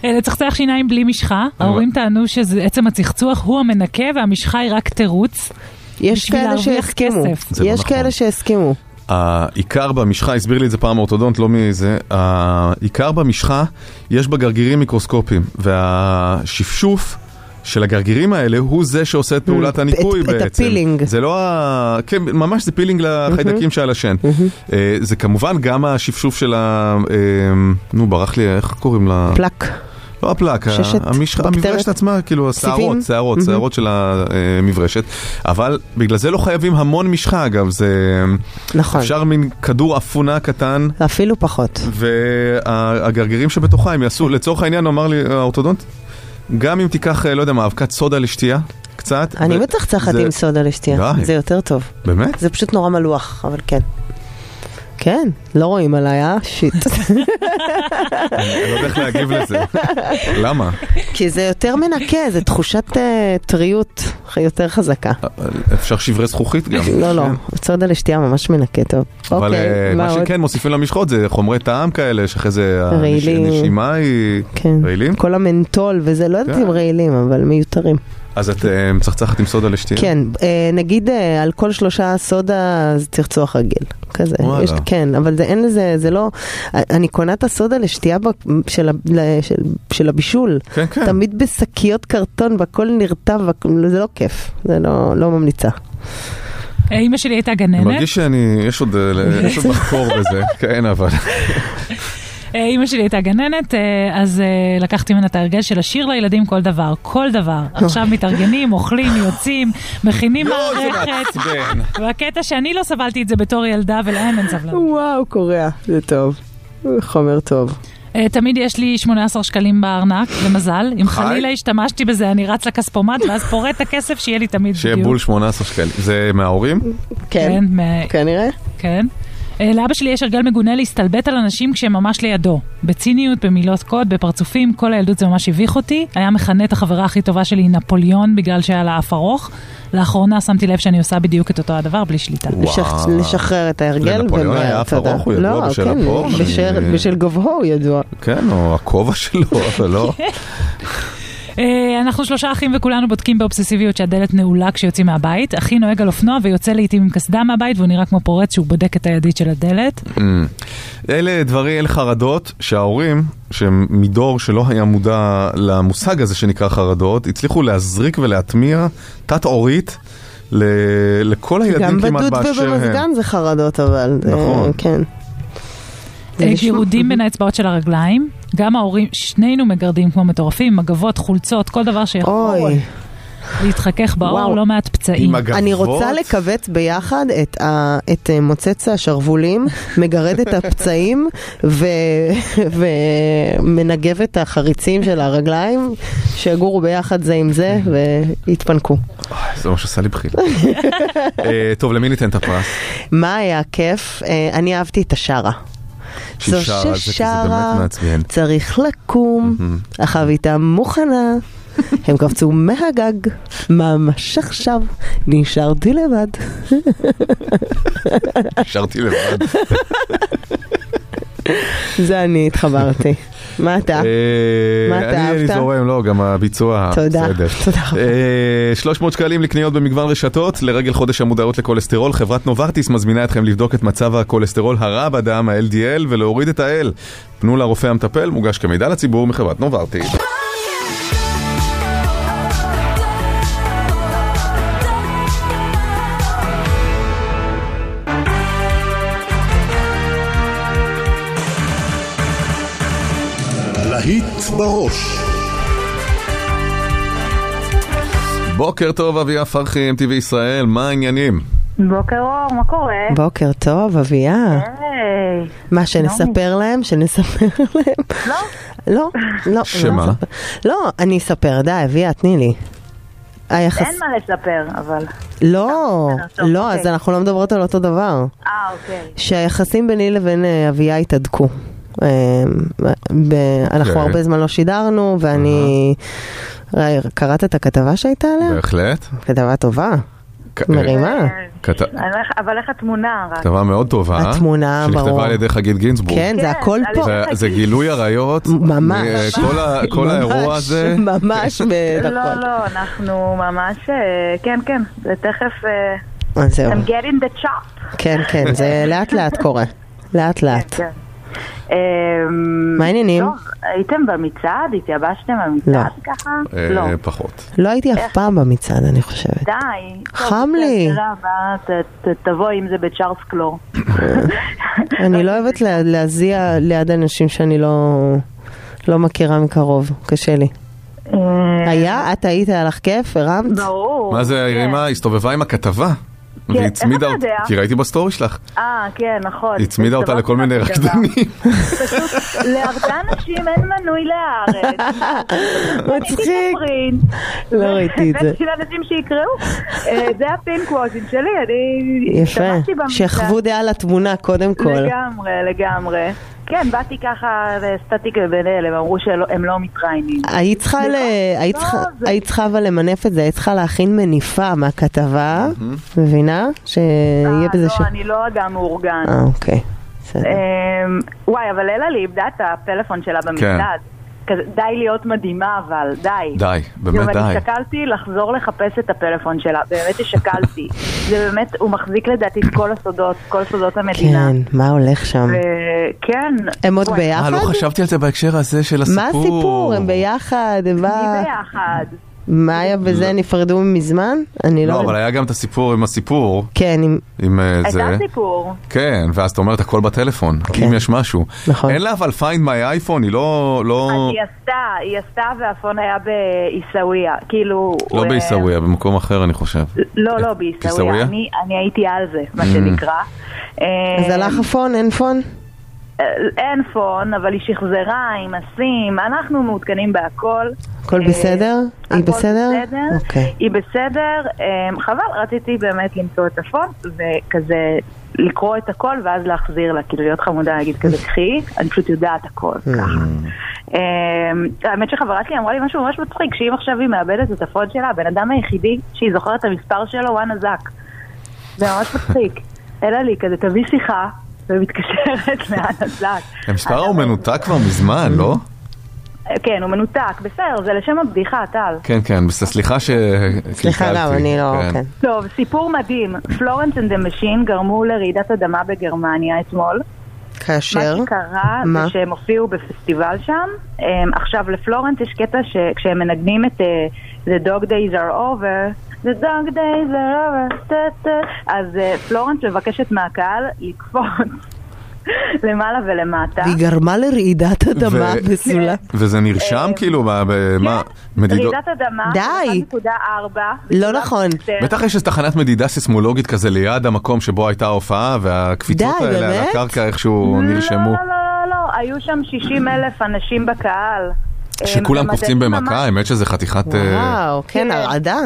אה, לצחצח שיניים בלי משחה, אבל- ההורים טענו שעצם הצחצוח הוא המנקה והמשחה היא רק תירוץ. יש בשביל כאלה להרוויח שהסכימו, כסף. זה לא יש נכון. כאלה שהסכימו. העיקר במשחה, הסביר לי את זה פעם אורתודונט, לא מזה, העיקר במשחה, יש בה גרגירים מיקרוסקופיים, והשפשוף של הגרגירים האלה הוא זה שעושה את פעולת הניקוי Mm, את בעצם. הפילינג. Mm-hmm. זה לא ה... כן, ממש זה פילינג לחיידקים שעל השן. אה, זה כמובן גם השפשוף של ה... אה, נו, ברח לי, איך קוראים לה? פלק. לא הפלק, ה- ששת, המשח- בקטרת, המברשת עצמה, כאילו השערות, סיבים. שערות, מהמם. שערות של המברשת, אבל בגלל זה לא חייבים המון משחה אגב, זה... נכון. אפשר מין כדור אפונה קטן. אפילו פחות. והגרגירים שבתוכה הם יעשו, לצורך העניין אמר לי האורתודונט, גם אם תיקח, אה, לא יודע מה, אבקת סודה לשתייה, קצת. Mm-hmm. אני ו- מצחצחת זה- עם סודה לשתייה, די. זה יותר טוב. באמת? זה פשוט נורא מלוח, אבל כן. כן, לא רואים עליי, אה? שיט. אני לא יודע איך להגיב לזה. למה? כי זה יותר מנקה, זה תחושת אה, טריות יותר חזקה. אפשר שברי זכוכית אה, גם. כן. לא, לא, סודה לשתייה ממש מנקה טוב. אבל אוקיי, אה, מה מה עוד? שכן מוסיפים למשחות זה חומרי טעם כאלה, שאחרי זה הנש- רעילים. כן. הנשימה היא... רעילים? כל המנטול וזה, לא כן. יודעת אם רעילים, אבל מיותרים. אז את אה, מצחצחת עם סודה לשתייה? כן, אה, נגיד אה, על כל שלושה סודה, אז תרצוח רגיל. כזה. וואלה. יש, כן, אבל זה, אין לזה, זה לא... אני קונה את הסודה לשתייה ב- של, ה- ל- של, של הבישול. כן, כן. תמיד בשקיות קרטון, והכל נרטב, והכל- זה לא כיף. זה לא, לא ממליצה. אה, אימא שלי הייתה אני גננת. מרגיש שאני, יש עוד אה, יש עוד לחקור בזה, כן אבל. אה, אימא שלי הייתה גננת, אה, אז אה, לקחתי ממנה את ההרגל של השיר לילדים כל דבר, כל דבר. עכשיו מתארגנים, אוכלים, יוצאים, מכינים לא, מערכת. והקטע שאני לא סבלתי את זה בתור ילדה, ולהם אין סבלנות. וואו, קורע, זה טוב. חומר טוב. אה, תמיד יש לי 18 שקלים בארנק, למזל. אם היי. חלילה השתמשתי בזה, אני רץ לכספומט, ואז פורט את הכסף, שיהיה לי תמיד שיהיה בדיוק. בול 18 שקלים. זה מההורים? כן, מה- כנראה. כן. אה, לאבא שלי יש הרגל מגונה להסתלבט על אנשים כשהם ממש לידו. בציניות, במילות קוד, בפרצופים, כל הילדות זה ממש הביך אותי. היה מכנה את החברה הכי טובה שלי נפוליאון בגלל שהיה לה אף ארוך. לאחרונה שמתי לב שאני עושה בדיוק את אותו הדבר בלי שליטה. לשח- לשחרר את ההרגל. לנפוליאון ומהר, היה אף תודה. ארוך, הוא ידוע לא, בשל כן, הפור, אני- בשל- בשל גובהו הוא ידוע. כן, או הכובע שלו, אבל לא. אה, אנחנו שלושה אחים וכולנו בודקים באובססיביות שהדלת נעולה כשיוצאים מהבית. אחי נוהג על אופנוע ויוצא לעיתים עם קסדה מהבית והוא נראה כמו פורץ שהוא בודק את הידית של הדלת. אמ. אלה דברים, אלה חרדות שההורים, שהם מדור שלא היה מודע למושג הזה שנקרא חרדות, הצליחו להזריק ולהטמיע תת-עורית ל- לכל גם הילדים כמעט בדוד באשר הם. ובמזגן זה חרדות, אבל... זה- נכון. כן. זה אה, נשמע- גירודים בין האצבעות של הרגליים. גם ההורים, שנינו מגרדים כמו מטורפים, מגבות, חולצות, כל דבר שיכול להתחכך וואו. באור, לא מעט פצעים. אני רוצה לכווץ ביחד את, ה, את אה, מוצץ השרוולים, מגרד את הפצעים ו- ומנגב את החריצים של הרגליים, שיגורו ביחד זה עם זה ויתפנקו. זה מה שעשה לי בחילה. אה, טוב, למי ניתן את הפרס? מה היה כיף? אה, אני אהבתי את השרה. שהיא זו שרה, זה- כי זה ששרה, באמת מעצבן. צריך לקום, החביתה מוכנה. הם קפצו מהגג, ממש עכשיו, נשארתי לבד. נשארתי לבד. זה אני התחברתי. מה אתה? אה, מה אתה אני- אני אהבת? זורם, לא, גם הביצוע. תודה, בסדר. תודה אה, 300 שקלים לקניות במגוון רשתות, לרגל חודש המודעות לכולסטרול, חברת נוברטיס מזמינה אתכם לבדוק את מצב הכולסטרול הרע בדם, ה-LDL, ולהוריד את ה-L. פנו לרופא המטפל, מוגש כמידע לציבור מחברת נוברטיס. להיט בראש. בוקר טוב, אביה פרחי, MTV ישראל, מה העניינים? בוקר אור, מה קורה? בוקר טוב, אביה. היי. אה. מה, שנספר להם? שנספר להם? לא. לא, לא. שמה? לא נספר. לא, אני אספר, די, אביה, תני לי. היחס... אין מה לספר, אבל... לא, טוב, לא, אוקיי. אז אנחנו לא מדברות על אותו דבר. אה, אוקיי. שהיחסים ביני לבין אה, אביה התהדקו. אה, ב- אנחנו אוקיי. הרבה זמן לא שידרנו, ואני... ראי, קראת את הכתבה שהייתה עליה? בהחלט. כתבה טובה. כ- אה, אה, מרימה. כת- אבל איך- אבל איך התמונה רק? כתבה מאוד טובה. אה? התמונה, ברור. שנכתבה על ידי חגית גינזבורג. כן, זה הכל פה. זה- זה גילוי עריות. ממש. מ- אה, כל ה- כל האירוע ממש, הזה. ממש לא, בדקות. לא, אנחנו ממש... אה, כן, כן, זה תכף... אה, אז זהו. I'm getting the chop. כן, כן, זה לאט לאט קורה. לאט לאט. כן. אמ, מה העניינים? טוב, הייתם במצעד? התייבשתם במצעד לא. ככה? אה, פחות. לא הייתי אף פעם במצעד, אני חושבת. די. טוב, חם לי. השאלה הבאה, ת- ת- תבואי עם זה בצ'ארלס קלור. אני לא אוהבת לה- להזיע ליד אנשים שאני לא... לא מכירה מקרוב, קשה לי. היה? את היית, היה לך כיף? הרמת? אה. ברור. כן. מה זה הרימה? הסתובבה עם הכתבה. והיא הצמידה איך אותה, אתה יודע? כי ראיתי בסטורי שלך. אה, כן, נכון. היא הצמידה אותה לכל מיני רקדנים. פשוט, להרבה אנשים אין מנוי להארץ. מצחיק. לא ראיתי את זה. בשביל אנשים שיקראו. אה, זה הפינק וושינג שלי, אני... יפה, השתמשתי במבצע. שיחוו דעה לתמונה קודם כל. לגמרי, לגמרי. כן, באתי ככה סטטיק ובן-אל, הם אמרו שהם לא מתראיינים. היית צריכה, ל... לא, היית, צריכה... היית צריכה אבל למנף את זה, היית צריכה להכין מניפה מהכתבה, מבינה? שיהיה לא, בזה ש... אני לא אדם מאורגן. אה, אוקיי. בסדר. אמ, וואי, אבל אלה לי איבדה את הפלאפון שלה במסעד. כזה, די להיות מדהימה, אבל די. די, באמת יום, די. אני שקלתי לחזור לחפש את הפלאפון שלה, באמת ששקלתי. זה באמת, הוא מחזיק לדעתי את כל הסודות, כל סודות המדינה. כן, מה הולך שם? וכן. הם עוד וואי, ביחד? אה, לא חשבתי על זה בהקשר הזה של הסיפור. מה הסיפור? הם ביחד, הם בא... ביחד. מאיה וזה נפרדו מזמן? אני לא... לא, אבל היה גם את הסיפור עם הסיפור. כן, עם... עם אה, זה. הייתה סיפור. כן, ואז אתה אומר את הכל בטלפון, כן. אם יש משהו. נכון. אין לה אבל find my iPhone, היא לא... לא... היא עשתה, היא עשתה והפון היה בעיסאוויה, כאילו... לא אה, בעיסאוויה, במקום אחר אני חושב. לא, לא, בעיסאוויה. בעיסאוויה? אני- אני הייתי על זה, מה Mm. שנקרא. אז אה, הלך הפון, אין פון? אה, אין פון, אבל היא שחזרה עם הסים, אנחנו מעודכנים בהכל. הכל אה, בסדר? היא הכל בסדר? אוקיי. היא בסדר, אה, חבל, רציתי באמת למצוא את הפון, וכזה לקרוא את הכל ואז להחזיר לה, כאילו להיות חמודה, להגיד כזה, קחי, אני פשוט יודעת הכל. אה, האמת שחברה שלי אמרה לי משהו ממש מצחיק, שאם עכשיו היא מאבדת את הפון שלה, הבן אדם היחידי שהיא זוכרת את המספר שלו, וואנה זק. זה ממש מצחיק. אלא לי, כזה, תביא שיחה, ומתקשרת לאנה זק. המספר הוא מנותק כבר מזמן, לא? אה, כן, הוא מנותק, בסדר, זה לשם הבדיחה, טל. כן, כן, בס- סליחה ש... סליחה, לא, אני לא... כן. טוב, סיפור מדהים. פלורנס אנד המשין גרמו לרעידת אדמה בגרמניה אתמול. כאשר? מה שקרה מה? זה שהם הופיעו בפסטיבל שם. הם, עכשיו, לפלורנס יש קטע שכשהם מנגנים את אה, The Dog Days are over, The Dog Days are over, טה, טה, אז אה, פלורנס מבקשת מהקהל לקפוץ למעלה ולמטה. היא גרמה לרעידת אדמה ו- בסולם. וזה נרשם כאילו, מה- במה? מדידות... רעידת אדמה, די. 1.4. לא נכון. בטח יש איזו תחנת מדידה סיסמולוגית כזה ליד המקום שבו הייתה ההופעה, והקפיצות די, האלה על באמת? הקרקע איכשהו נרשמו. לא, לא, לא, לא, היו שם 60 אלף אנשים בקהל. אה, שכולם הם- קופצים המדענים במכה, האמת שזה חתיכת... אה, וואו, כן, הרעדה.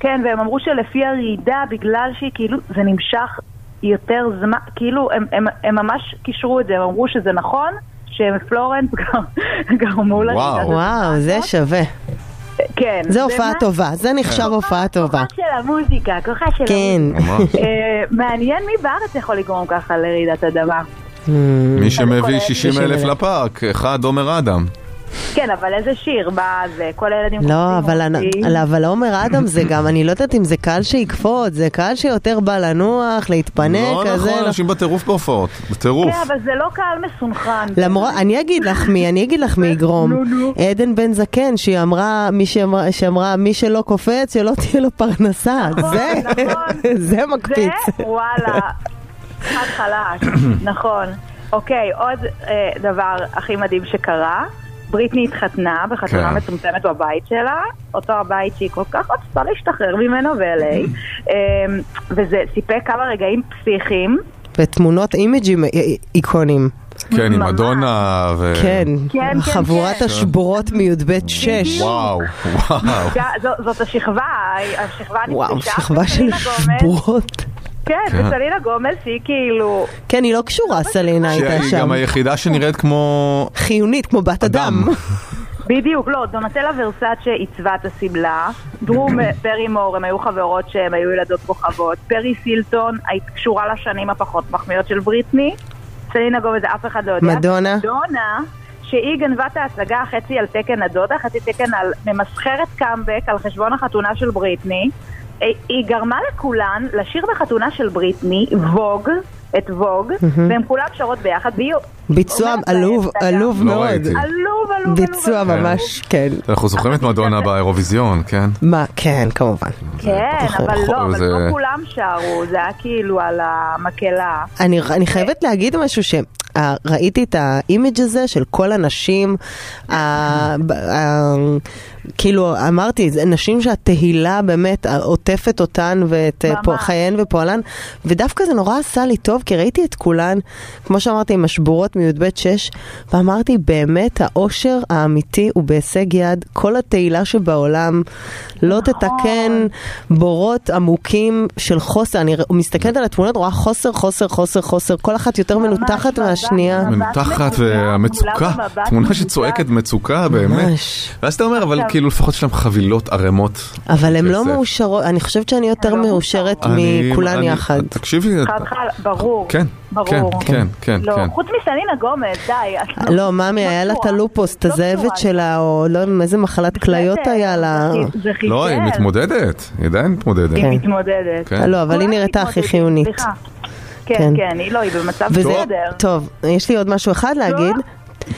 כן, והם אמרו שלפי הרעידה, בגלל שהיא כאילו, זה נמשך יותר זמן, כאילו, הם, הם, הם ממש קישרו את זה, הם אמרו שזה נכון, שפלורנס גר- גרמו לרעידה. הזאת. וואו, זה שווה. כן. זה הופעה לא ומה- כן. טובה, כן. זה נחשב הופעה טובה. של המוזיקה, כוחה של כן. המוזיקה. ממש. אה, מעניין מי בארץ יכול לגרום ככה לרעידת אדמה. מי שמביא כולל- 60 אלף 60,000. לפארק, אחד עומר אדם. כן, אבל איזה שיר, מה זה, כל הילדים לא, אבל אותי. אנ- אבל- אבל עומר אדם זה גם, אני לא יודעת אם זה קהל שיקפוץ, זה קהל שיותר בא לנוח, להתפנק, לא כזה. נכון, לא- אנשים בטירוף בהופעות, בטירוף. כן, אבל זה לא קהל מסונכרן. למרות, אני אגיד לך מי, אני אגיד לך מי יגרום. עדן בן זקן, שהיא אמרה, מי שאמרה, שאמרה, מי שלא קופץ, שלא תהיה לו פרנסה. נכון, זה, זה מקפיץ. זה, וואלה, חד חלש, נכון. אוקיי, עוד אה, דבר הכי מדהים שקרה, בריטני התחתנה בחתונה כן. מצומצמת בבית שלה, אותו הבית שהיא כל כך רצתה להשתחרר ממנו ב-LA, אה, וזה סיפק כמה רגעים פסיכיים. ותמונות אימג'ים אי- איקונים. כן, עם אדונה ו... כן, כן, חבורת כן. השבורות מי"ב 6. וואו, וואו. ז- זאת השכבה, השכבה וואו, נפגשה. שכבה של וסלינה גומז- שבורות. כן, כן. וסלינה גומז היא כאילו... כן, היא לא קשורה, סלינה הייתה שהיא שם. גם היחידה שנראית כמו... חיונית, כמו בת אדם. בדיוק, לא, דונטלה ורסאצ'ה עיצבה את השמלה, דרום פרי מור, הם היו חברות שהן היו ילדות כוכבות, פרי סילטון היית קשורה לשנים הפחות מחמיאות של בריטני, סלינה גומז, אף אחד לא יודע. מדונה. מדונה, שהיא גנבה את ההצגה חצי על תקן הדודה, חצי תקן על ממסחרת קאמבק על חשבון החתונה של בריטני. היא- היא גרמה לכולן לשיר בחתונה של בריטני, ווג, את ווג, מהמם. והן כולן שרות ביחד, והיא... ביצוע עלוב, עלוב לא מאוד. ראיתי. עלוב, לא, עלוב, עלוב. ביצוע ממש, כן. אנחנו זוכרים את מדונה באירוויזיון, כן? מה, כן, כמובן. כן, בטח, אבל יכול- לא, אבל זה- לא כולם שרו, זה היה כאילו על המקהלה. אני, אני חייבת להגיד משהו ש... אה, ראיתי את האימג' הזה של כל הנשים, ה- ב- ה- כאילו, אמרתי, זה נשים שהתהילה באמת עוטפת אותן ואת אה, פוע- חייהן ופועלן, ודווקא זה נורא עשה לי טוב, כי ראיתי את כולן, כמו שאמרתי, עם השבורות מי"ב 6, ואמרתי, באמת, האושר האמיתי הוא בהישג יד. כל התהילה שבעולם לא נכון. תתקן בורות עמוקים של חוסר. אני ר- מסתכלת על התמונות, רואה חוסר, חוסר, חוסר, חוסר, כל אחת יותר מנותחת מהשנייה. מנותחת והמצוקה, כולם במבט תמונה שצועקת מצוקה באמת. ואז אתה אומר, אבל עכשיו- כאילו לפחות יש להם חבילות ערמות. אבל הן לא כסף. מאושרות, אני חושבת שאני יותר לא מאושרת אני- מכולן אני- יחד. תקשיבי, חד חד, ברור. כן, ברור. כן, כן, כן, לא, כן. חוץ מסלינה גומז, די. את- לא, מאמי, היה לה את הלופוס, לא את הזאבת שלה, או לא יודעת איזה מחלת כליות היה לה. זה חיסל. לא, היא מתמודדת, היא עדיין מתמודדת. היא מתמודדת. כן. לא, אבל היא נראתה הכי חיונית. סליחה. כן, כן. כן, היא לא, היא במצב וזה- בסדר. טוב, יש לי עוד משהו אחד להגיד.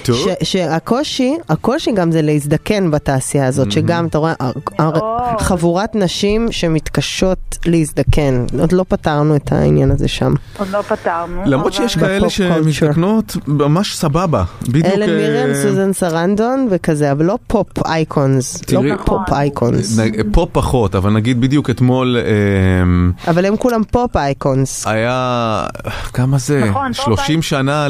טוב. ש- שהקושי, הקושי גם זה להזדקן בתעשייה הזאת, שגם אתה רואה, הר- הר- חבורת נשים שמתקשות להזדקן. עוד לא פתרנו את העניין הזה שם. עוד לא פתרנו. למרות אבל- שיש כאלה שמזדקנות ממש סבבה. בדיוק... אלן אה, מירם, סוזן סרנדון וכזה, אבל לא פופ אייקונס, לא תראי- פופ אייקונס. נ- פה פחות, אבל נגיד בדיוק אתמול אה, אבל הם כולם פופ אייקונס. היה, אה, כמה זה? נכון, פה 30 שנה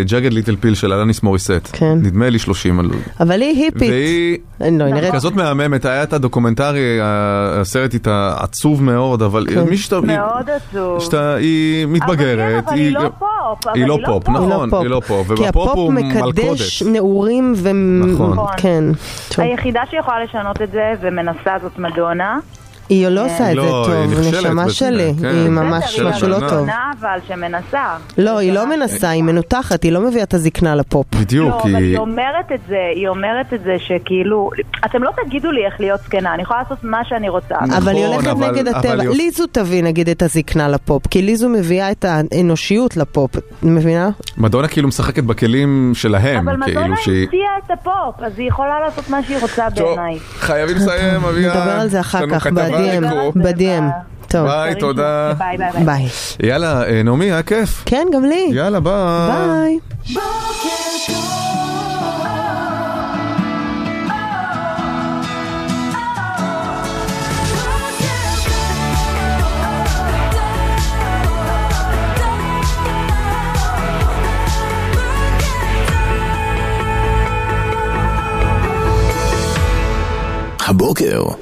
לג'אגד ליטל פיל של אלניס מוריסט. כן. נדמה לי 30. על- אבל היא היפית. והיא לא, היא נראית... כזאת מהממת, היה את הדוקומנטרי, ה- הסרט איתה עצוב מאוד, אבל כן. מי שאתה... מאוד עצוב. שאתה, היא מתבגרת. אבל היא לא פופ, אבל היא לא פופ, נכון, פופ. היא לא פופ. כי ובפופ הפופ הוא מלכודת. מקדש נעורים ו... נכון. כן. טוב. היחידה שיכולה לשנות את זה ומנסה זאת מדונה. כן. היא לא עושה את זה לא, היא טוב, נכשלת נשמה בזה, שלי. כן. היא ממש בסדר, משהו היא לא טוב. מדונה אבל שמנסה. לא, היא לא מנסה, היא מנותחת, היא לא מביאה את הזקנה לפופ. לא, אבל היא אומרת את זה, היא אומרת את זה שכאילו, אתם לא תגידו לי איך להיות זקנה, אני יכולה לעשות מה שאני רוצה. אבל נכון, היא הולכת נגד הטבע. ליזו תביא נגיד את הזקנה לפופ, כי ליזו מביאה את האנושיות לפופ, את מבינה? מדונה כאילו משחקת בכלים שלהם, אבל מדונה כאילו שהיא... המציאה את הפופ, אז היא יכולה לעשות מה שהיא רוצה בעיניי. חייבים לסיים, אביה. נדבר על זה אחר יש לנו כך, כתבה ב-DM. לקרוא. ב-DM. טוב. ביי, תודה. ביי, ביי, ביי. יאללה, אה, נעמי, היה כיף. כן, גם לי. יאללה, ביי. ביי. הבוקר